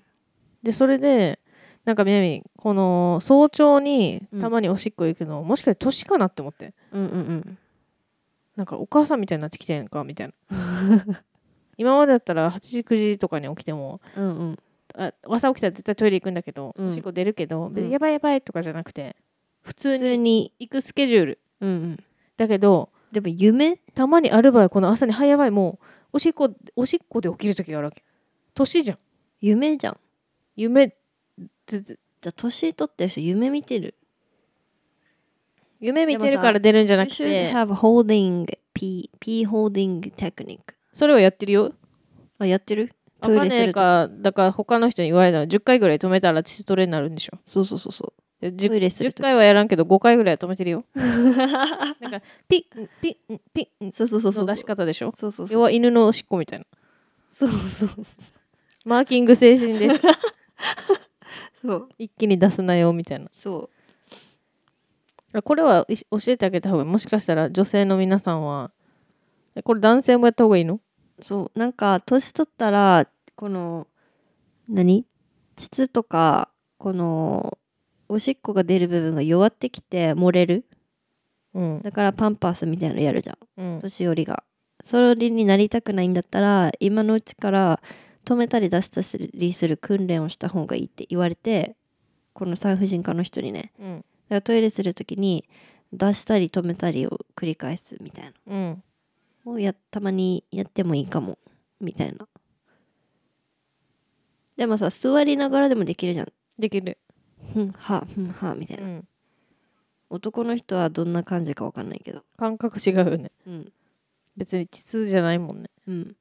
Speaker 2: でそれでなんか南この早朝に
Speaker 1: うん
Speaker 2: たまにおしっこ行くの、もしかして年かなって思って
Speaker 1: うんうんうん
Speaker 2: なんかお母さんみたいになってきてんかみたい な今までだったら8時9時とかに起きても
Speaker 1: うんうん
Speaker 2: あ朝起きたら絶対トイレ行くんだけど、
Speaker 1: うん
Speaker 2: おしっこ出るけど、別に
Speaker 1: うん
Speaker 2: やばいやばいとかじゃなくて普通
Speaker 1: 普
Speaker 2: に
Speaker 1: 通に
Speaker 2: 行くスケジュール
Speaker 1: うんうん
Speaker 2: だけど
Speaker 1: でも夢
Speaker 2: たまにある場合この朝に「はいやばいもうおしっこおしっこで起きる時があるわけ年じゃん
Speaker 1: 夢じゃん
Speaker 2: 夢ずず
Speaker 1: じゃあ年取ってる人夢見てる
Speaker 2: 夢見
Speaker 1: で
Speaker 2: て
Speaker 1: も
Speaker 2: る
Speaker 1: さ
Speaker 2: から出るんじゃ
Speaker 1: You
Speaker 2: なく
Speaker 1: should
Speaker 2: て
Speaker 1: have holding P P holding technique
Speaker 2: それはやってるよ
Speaker 1: あやってる
Speaker 2: あ
Speaker 1: トイ
Speaker 2: か
Speaker 1: レす
Speaker 2: ねえ
Speaker 1: ると
Speaker 2: かだから他の人に言われたの10回ぐらい止めたら血トレになるんでしょ
Speaker 1: そうそうそうそう
Speaker 2: で 10,
Speaker 1: トイレする
Speaker 2: 10
Speaker 1: と
Speaker 2: 回はやらんけど5回ぐらいは止めてるよなんかピッピッピッ
Speaker 1: そうそうそうそ
Speaker 2: の
Speaker 1: う
Speaker 2: 出し方でしょ
Speaker 1: そうそう
Speaker 2: 要
Speaker 1: そう
Speaker 2: は犬のおしっこみたいな
Speaker 1: そうそうそう
Speaker 2: マーキング精神で
Speaker 1: そう
Speaker 2: 一気に出すなよみたいな
Speaker 1: そう
Speaker 2: あこれはい教えてあげた方がいいもしかしたら女性の皆さんはえこれ男性もやった方がいいの
Speaker 1: そうなんか年取ったらこの何膣とかこのおしっこが出る部分が弱ってきて漏れる
Speaker 2: うん、
Speaker 1: だからパンパースみたいなのやるじゃん
Speaker 2: うん、
Speaker 1: 年寄りがそれになりたくないんだったら今のうちから止めたり出したりする訓練をした方がいいって言われてこの産婦人科の人にね
Speaker 2: うん
Speaker 1: だからトイレする時に出したり止めたりを繰り返すみたいな
Speaker 2: うん
Speaker 1: をやたまにやってもいいかもみたいなでもさ座りながらでもできるじゃん
Speaker 2: できる、
Speaker 1: ふんはふんはみたいうな、
Speaker 2: ん、
Speaker 1: 男の人はどんな感じかわかんないけど
Speaker 2: 感覚違うよね
Speaker 1: うん
Speaker 2: 別に膣じゃないもんね
Speaker 1: うん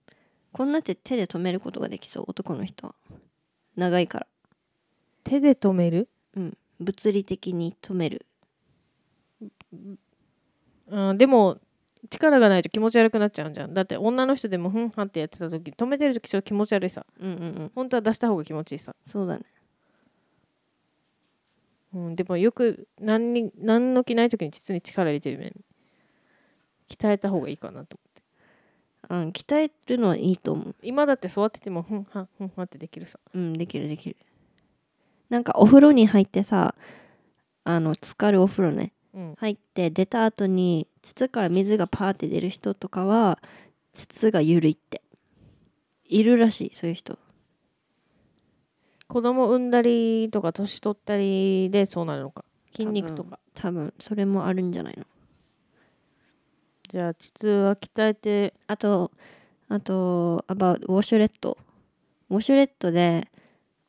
Speaker 1: こんなって手で止めることができそう男の人は長いから
Speaker 2: 手で止める
Speaker 1: うん物理的に止める
Speaker 2: うん、でも力がないと気持ち悪くなっちゃうんじゃんだって女の人でもふんはんってやってた時止めてる時ちょっと気持ち悪いさ
Speaker 1: うんうんうん
Speaker 2: 本当は出した方が気持ちいいさ、
Speaker 1: そうだね
Speaker 2: うん、でもよく何に何の気ない時に膣に力入れてるよね鍛えた方がいいかなと思って
Speaker 1: うん鍛えるのはいいと思う
Speaker 2: 今だって座っててもふんはんふんはんってできるさ
Speaker 1: うんできるできるなんかお風呂に入ってさあの浸かるお風呂ね
Speaker 2: うん
Speaker 1: 入って出た後に膣から水がパーって出る人とかは膣が緩いっているらしいそういう人
Speaker 2: 子供産んだりとか年取ったりでそうなるのか筋肉
Speaker 1: 多
Speaker 2: と
Speaker 1: 分
Speaker 2: か
Speaker 1: 多分それもあるんじゃないの
Speaker 2: じゃあ膣は鍛えて
Speaker 1: あとあと about ウォシュレットウォシュレットで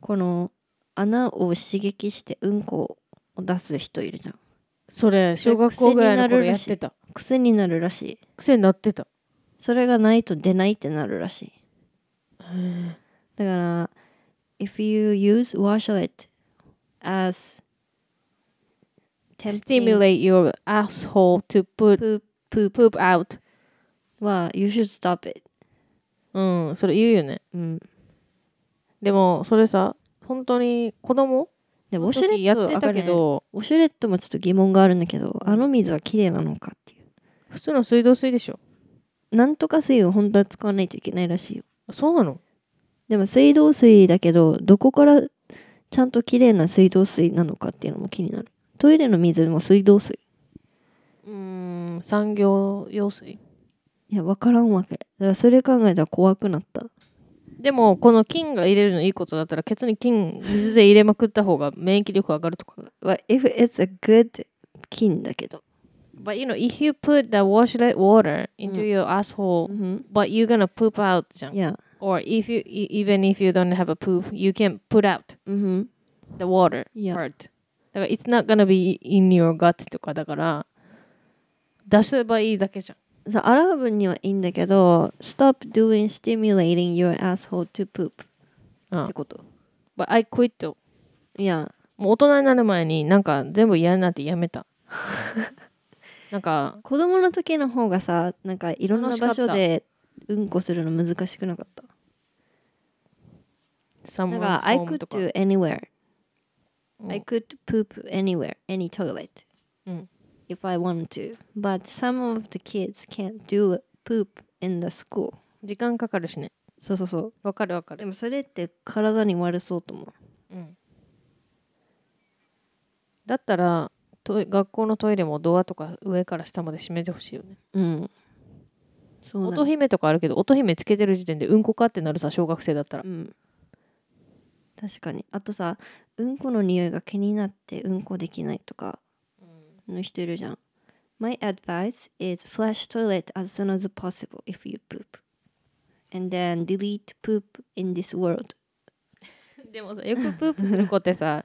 Speaker 1: この穴を刺激してうんこを出す人いるじゃん
Speaker 2: それ小学校ぐらいの頃やってた
Speaker 1: 癖になるらしい
Speaker 2: 癖になってた
Speaker 1: それがないと出ないってなるらしいだから if you use washlet as tempting
Speaker 2: stimulate your asshole to put
Speaker 1: poop poop
Speaker 2: poop out
Speaker 1: は you should stop it
Speaker 2: うんそれ言うよね
Speaker 1: うん
Speaker 2: でもそれさ本当に子供
Speaker 1: でウォ
Speaker 2: の
Speaker 1: シュレ
Speaker 2: 時
Speaker 1: ッ
Speaker 2: や
Speaker 1: ト
Speaker 2: ってたけ
Speaker 1: わかんな
Speaker 2: ど、
Speaker 1: いウォシュレットもちょっと疑問があるんだけどあの水は綺麗なのかってい
Speaker 2: 普通の水道水でしょ
Speaker 1: うなんとか水を本当は使わないといけないらしいよ
Speaker 2: あそうなの
Speaker 1: でも水道水だけどどこからちゃんと綺麗な水道水なのかっていうのも気になるトイレの水も水道水
Speaker 2: うーん産業用水
Speaker 1: いや分からんわけだからそれ考えたら怖くなった
Speaker 2: でもこの菌が入れるのいいことだったらケツに菌水で入れまくった方が免疫力上がるとか
Speaker 1: Well, if it's a good 菌だけど。
Speaker 2: But you know if you put the washlet water
Speaker 1: うん
Speaker 2: into your asshole、
Speaker 1: ん。
Speaker 2: but you're gonna poop out じゃん
Speaker 1: いや。
Speaker 2: or if you e- even if you don't have a poop you can put out
Speaker 1: うん。
Speaker 2: the water
Speaker 1: Yeah.
Speaker 2: part だから it's not gonna be in your gut とかだから出せばいいだけじゃん
Speaker 1: さ洗う分にはいいんだけど、stop doing stimulating your asshole to poop、
Speaker 2: うん
Speaker 1: ってこと。
Speaker 2: But I quit
Speaker 1: いや。
Speaker 2: もう大人になる前になんか全部嫌になってや めたなんか
Speaker 1: 子供の時の方がさ、なんかいろんな
Speaker 2: 楽しか
Speaker 1: 場
Speaker 2: った
Speaker 1: 所でうんこするの難しくなかった。
Speaker 2: someone's
Speaker 1: だから、I
Speaker 2: home
Speaker 1: could
Speaker 2: とか
Speaker 1: do anywhere.
Speaker 2: うん
Speaker 1: I could poop anywhere, any toilet,
Speaker 2: うん
Speaker 1: if I wanted to. But some of the kids can't do poop in the school.
Speaker 2: 時間かかるしね
Speaker 1: そうそうそう。
Speaker 2: わかるわか
Speaker 1: で
Speaker 2: る、
Speaker 1: もそれって体に悪そうと思う。
Speaker 2: うん、だったらトイ学校のトイレもドアとか上から下まで閉めてほしいよね
Speaker 1: うん。そうだ
Speaker 2: 音
Speaker 1: ね。
Speaker 2: 姫とかあるけど音姫つけてる時点でうんこかってなるさ小学生だったら
Speaker 1: うん。確かに。あとさ、うんこの匂いが気になってうんこできないとかの人いるじゃん。My advice is flush toilet as soon as possible if you poop. And then delete poop in this world.
Speaker 2: でもさよくプープする子っ てさ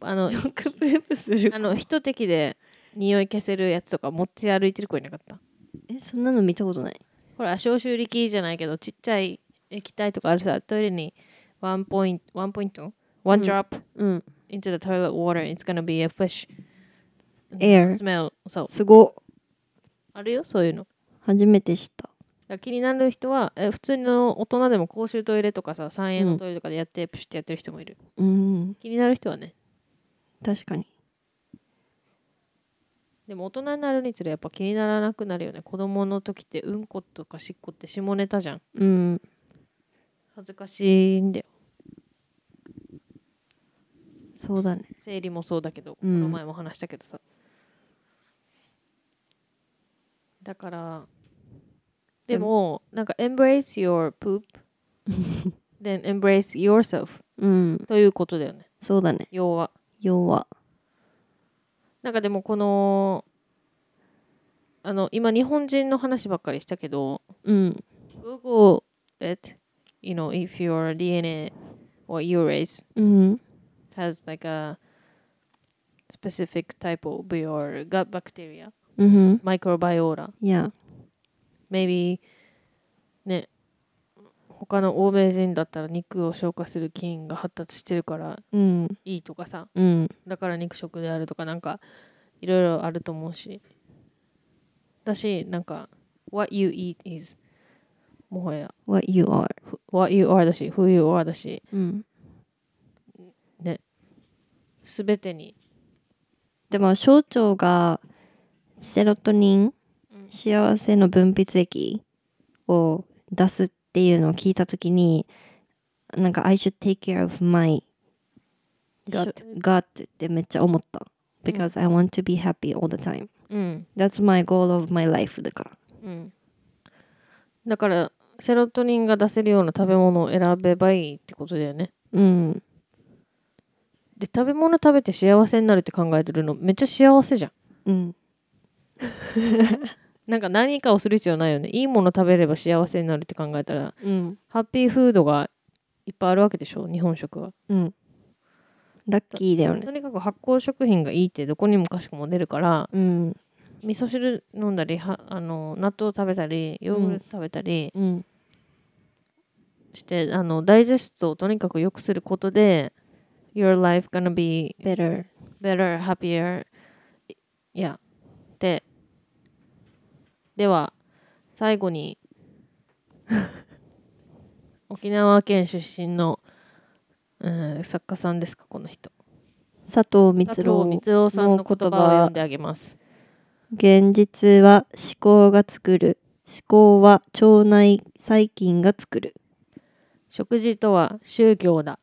Speaker 2: あの
Speaker 1: よくプープする
Speaker 2: あ。の一滴で匂い消せるやつとか持ち歩いてる子いなかった
Speaker 1: え、そんなの見たことない。
Speaker 2: ほら消臭力じゃないけどちっちゃい液体とかあるさトイレにワンポイントワンポイントワンドロップ
Speaker 1: うん
Speaker 2: into the toilet water and it's gonna be a fresh
Speaker 1: Air
Speaker 2: smell そう
Speaker 1: すごっ
Speaker 2: あるよそういうのだか
Speaker 1: 初めて知った
Speaker 2: ら気になる人はえ普通の大人でも公衆トイレとかさ3円のトイレとかでやって、プシュってやってる人もいる
Speaker 1: うん
Speaker 2: 気になる人はね
Speaker 1: 確かに
Speaker 2: でも大人になるにつれやっぱ気にならなくなるよね子供の時ってうんことかしっこって下ネタじゃん
Speaker 1: うん
Speaker 2: 恥ずかしいんだよ
Speaker 1: そうだね
Speaker 2: 生理もそうだけど、
Speaker 1: うん
Speaker 2: この前も話したけどさだからでも、なんか embrace your poop then embrace yourself
Speaker 1: うん
Speaker 2: ということだよね
Speaker 1: そうだね
Speaker 2: 要は
Speaker 1: 要は
Speaker 2: なんかでもこのあの今日本人の話ばっかりしたけど
Speaker 1: うん
Speaker 2: Google it you know if your DNA or your race
Speaker 1: うん
Speaker 2: has like a specific type of your gut bacteria
Speaker 1: うん
Speaker 2: microbiota
Speaker 1: いや
Speaker 2: maybe ね他の欧米人だったら肉を消化する菌が発達してるから
Speaker 1: うん
Speaker 2: いいとかさ
Speaker 1: うん
Speaker 2: だから肉食であるとかなんかいろいろあると思うしだしなんか what you eat is もはや
Speaker 1: what you are
Speaker 2: who- what you are だし who you are だし
Speaker 1: うん
Speaker 2: 全てに
Speaker 1: でも小腸がセロトニン
Speaker 2: うん
Speaker 1: 幸せの分泌液を出すっていうのを聞いたときになんか I should take care of my
Speaker 2: Gut.
Speaker 1: gut ってめっちゃ思った
Speaker 2: うん
Speaker 1: because I want to be happy all the time
Speaker 2: うん、
Speaker 1: that's my goal of my life だから
Speaker 2: うん、だからセロトニンが出せるような食べ物を選べばいいってことだよね
Speaker 1: うん
Speaker 2: で食べ物食べて幸せになるって考えてるのめっちゃ幸せじゃん
Speaker 1: うん
Speaker 2: なんか何かをする必要ないよねいいもの食べれば幸せになるって考えたら
Speaker 1: うん
Speaker 2: ハッピーフードがいっぱいあるわけでしょ日本食は
Speaker 1: うんラッキーだよね
Speaker 2: とにかく発酵食品がいいってどこにもかしこも出るから
Speaker 1: うん
Speaker 2: 味噌汁飲んだりはあの納豆食べたりヨーグルト食べたり
Speaker 1: うん
Speaker 2: して、あのダイジェストをとにかく良くすることで Your life gonna be
Speaker 1: better
Speaker 2: better, happier. Yeah. で、では、最後に、 沖縄県出身の、うん、作家さんですか、この人。
Speaker 1: 佐藤光
Speaker 2: 佐藤
Speaker 1: 郎
Speaker 2: 光雄さんの
Speaker 1: の
Speaker 2: 言葉
Speaker 1: 言
Speaker 2: を
Speaker 1: 葉
Speaker 2: 読んであげます。
Speaker 1: 現実は思考が作る思考は腸内細菌が作る
Speaker 2: 食事とは宗教だ。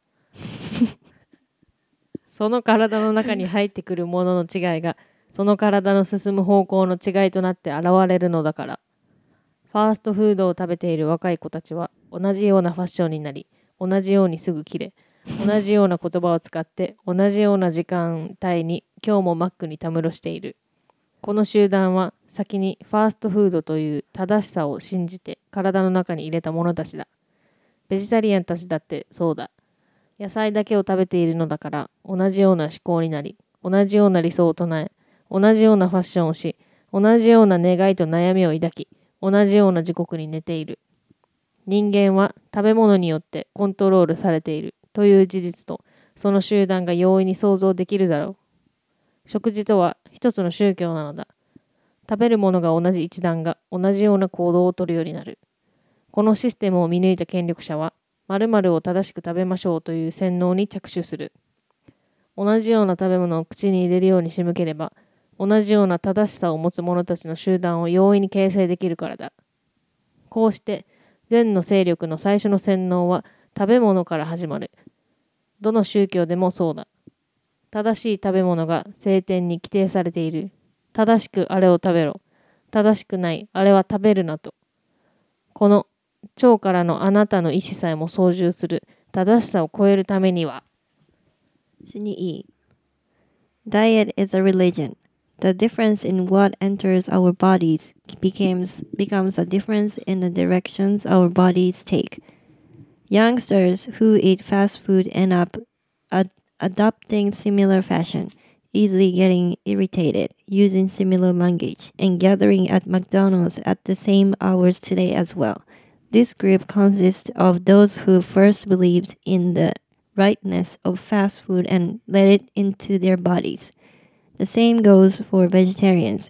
Speaker 2: その体の中に入ってくるものの違いが、その体の進む方向の違いとなって現れるのだから。ファーストフードを食べている若い子たちは、同じようなファッションになり、同じようにすぐ切れ、同じような言葉を使って、同じような時間帯に、今日もマックにたむろしている。この集団は、先にファーストフードという正しさを信じて、体の中に入れた者たちだ。ベジタリアンたちだってそうだ。野菜だけを食べているのだから、同じような思考になり、同じような理想を唱え、同じようなファッションをし、同じような願いと悩みを抱き、同じような時刻に寝ている。人間は食べ物によってコントロールされているという事実と、その集団が容易に想像できるだろう。食事とは一つの宗教なのだ。食べるものが同じ一団が同じような行動をとるようになる。このシステムを見抜いた権力者は、〇〇を正しく食べましょうという洗脳に着手する。同じような食べ物を口に入れるように仕向ければ、同じような正しさを持つ者たちの集団を容易に形成できるからだ。こうして、善の勢力の最初の洗脳は食べ物から始まる。どの宗教でもそうだ。正しい食べ物が聖典に規定されている。正しくあれを食べろ。正しくない、あれは食べるなと。この腸からのあなたの意思さえも操縦する正しさを超えるためには
Speaker 1: E. Diet is a religion. The difference in what enters our bodies becomes becomes a difference in the directions our bodies take. Youngsters who eat fast food end up ad- adopting similar fashion, easily getting irritated using similar language and gathering at McDonald's at the same hours today as well. This group consists of those who first believed in the rightness of fast food and let it into their bodies. The same goes for vegetarians.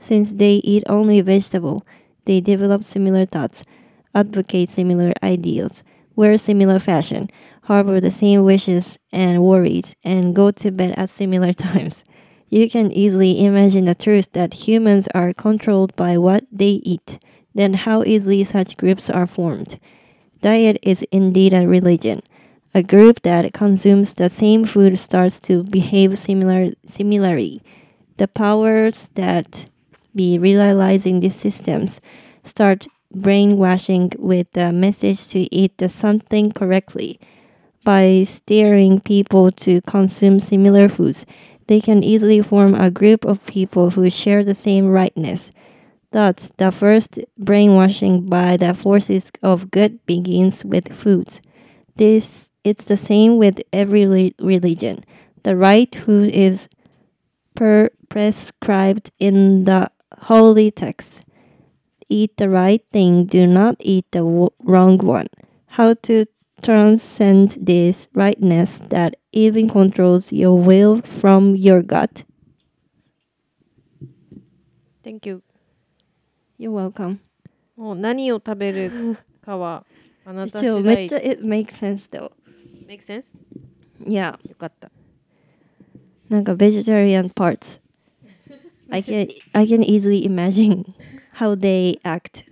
Speaker 1: Since they eat only vegetable, they develop similar thoughts, advocate similar ideals, wear similar fashion, harbor the same wishes and worries, and go to bed at similar times. You can easily imagine the truth that humans are controlled by what they eat, then how easily such groups are formed. Diet is indeed a religion. A group that consumes the same food starts to behave similar similarly. The powers that be realizing these systems start brainwashing with the message to eat the something correctly. By steering people to consume similar foods, they can easily form a group of people who share the same rightness. Thus, the first brainwashing by the forces of good begins with foods. This it's the same with every re- religion. The right food is per- prescribed in the holy text. Eat the right thing, do not eat the w- wrong one. How to transcend this rightness that even controls your will from your gut?
Speaker 2: Thank you.
Speaker 1: You're welcome.
Speaker 2: もう何を食べるか はあなた
Speaker 1: So
Speaker 2: 次第。
Speaker 1: めっちゃ it makes sense though.
Speaker 2: Make sense?
Speaker 1: Yeah.
Speaker 2: よかった。
Speaker 1: なんか vegetarian parts. I can I can easily imagine how they act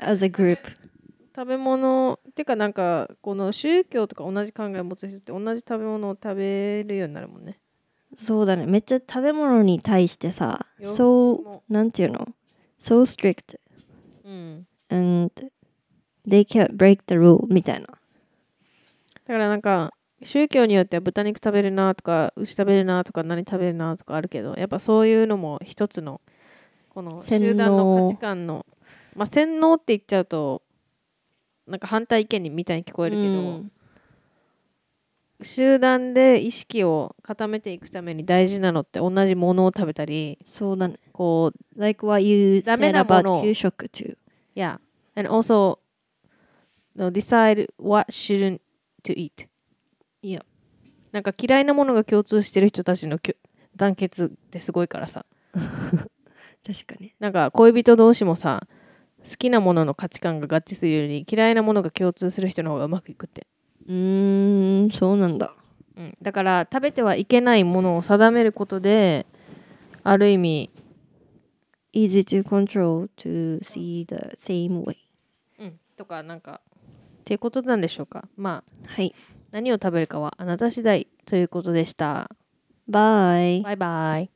Speaker 1: as a group.
Speaker 2: 食べ物てかなんかこの宗教とか同じ考えを持つ人って同じ食べ物を食べるようになるもんね。
Speaker 1: そうだね。めっちゃ食べ物に対してさ、
Speaker 2: 洋服
Speaker 1: そ
Speaker 2: も
Speaker 1: うなんていうの？So strict
Speaker 2: うん。
Speaker 1: and they can't break the rule みたいな。
Speaker 2: だからなんか宗教によっては豚肉食べるなとか牛食べるなとか何食べるなとかあるけどやっぱそういうのも一つのこの
Speaker 1: 洗脳
Speaker 2: 集団の価値観のまあ洗脳って言っちゃうとなんか反対意見みたいに聞こえるけど、
Speaker 1: うん
Speaker 2: 集団で意識を固めていくために大事なのって同じものを食べたり
Speaker 1: そうだね。
Speaker 2: こう
Speaker 1: Like what you
Speaker 2: ダ
Speaker 1: said
Speaker 2: メなも
Speaker 1: about
Speaker 2: の
Speaker 1: 給食 too.
Speaker 2: Yeah. And also no, decide what shouldn't to eat.
Speaker 1: Yeah.
Speaker 2: なんか嫌いなものが共通してる人たちのきょ団結ってすごいからさ。
Speaker 1: 確かに。
Speaker 2: なんか恋人同士もさ、好きなものの価値観が合致するより嫌いなものが共通する人の方がうまくいくって。
Speaker 1: うーん、そうなんだ。
Speaker 2: うん、だから食べてはいけないものを定めることで、ある意味、
Speaker 1: Easy to control to see the same way.
Speaker 2: うん、とかなんか、っていうことなんでしょうか。まあ、
Speaker 1: はい。
Speaker 2: 何を食べるかはあなた次第ということでした。
Speaker 1: Bye.
Speaker 2: バイバイ。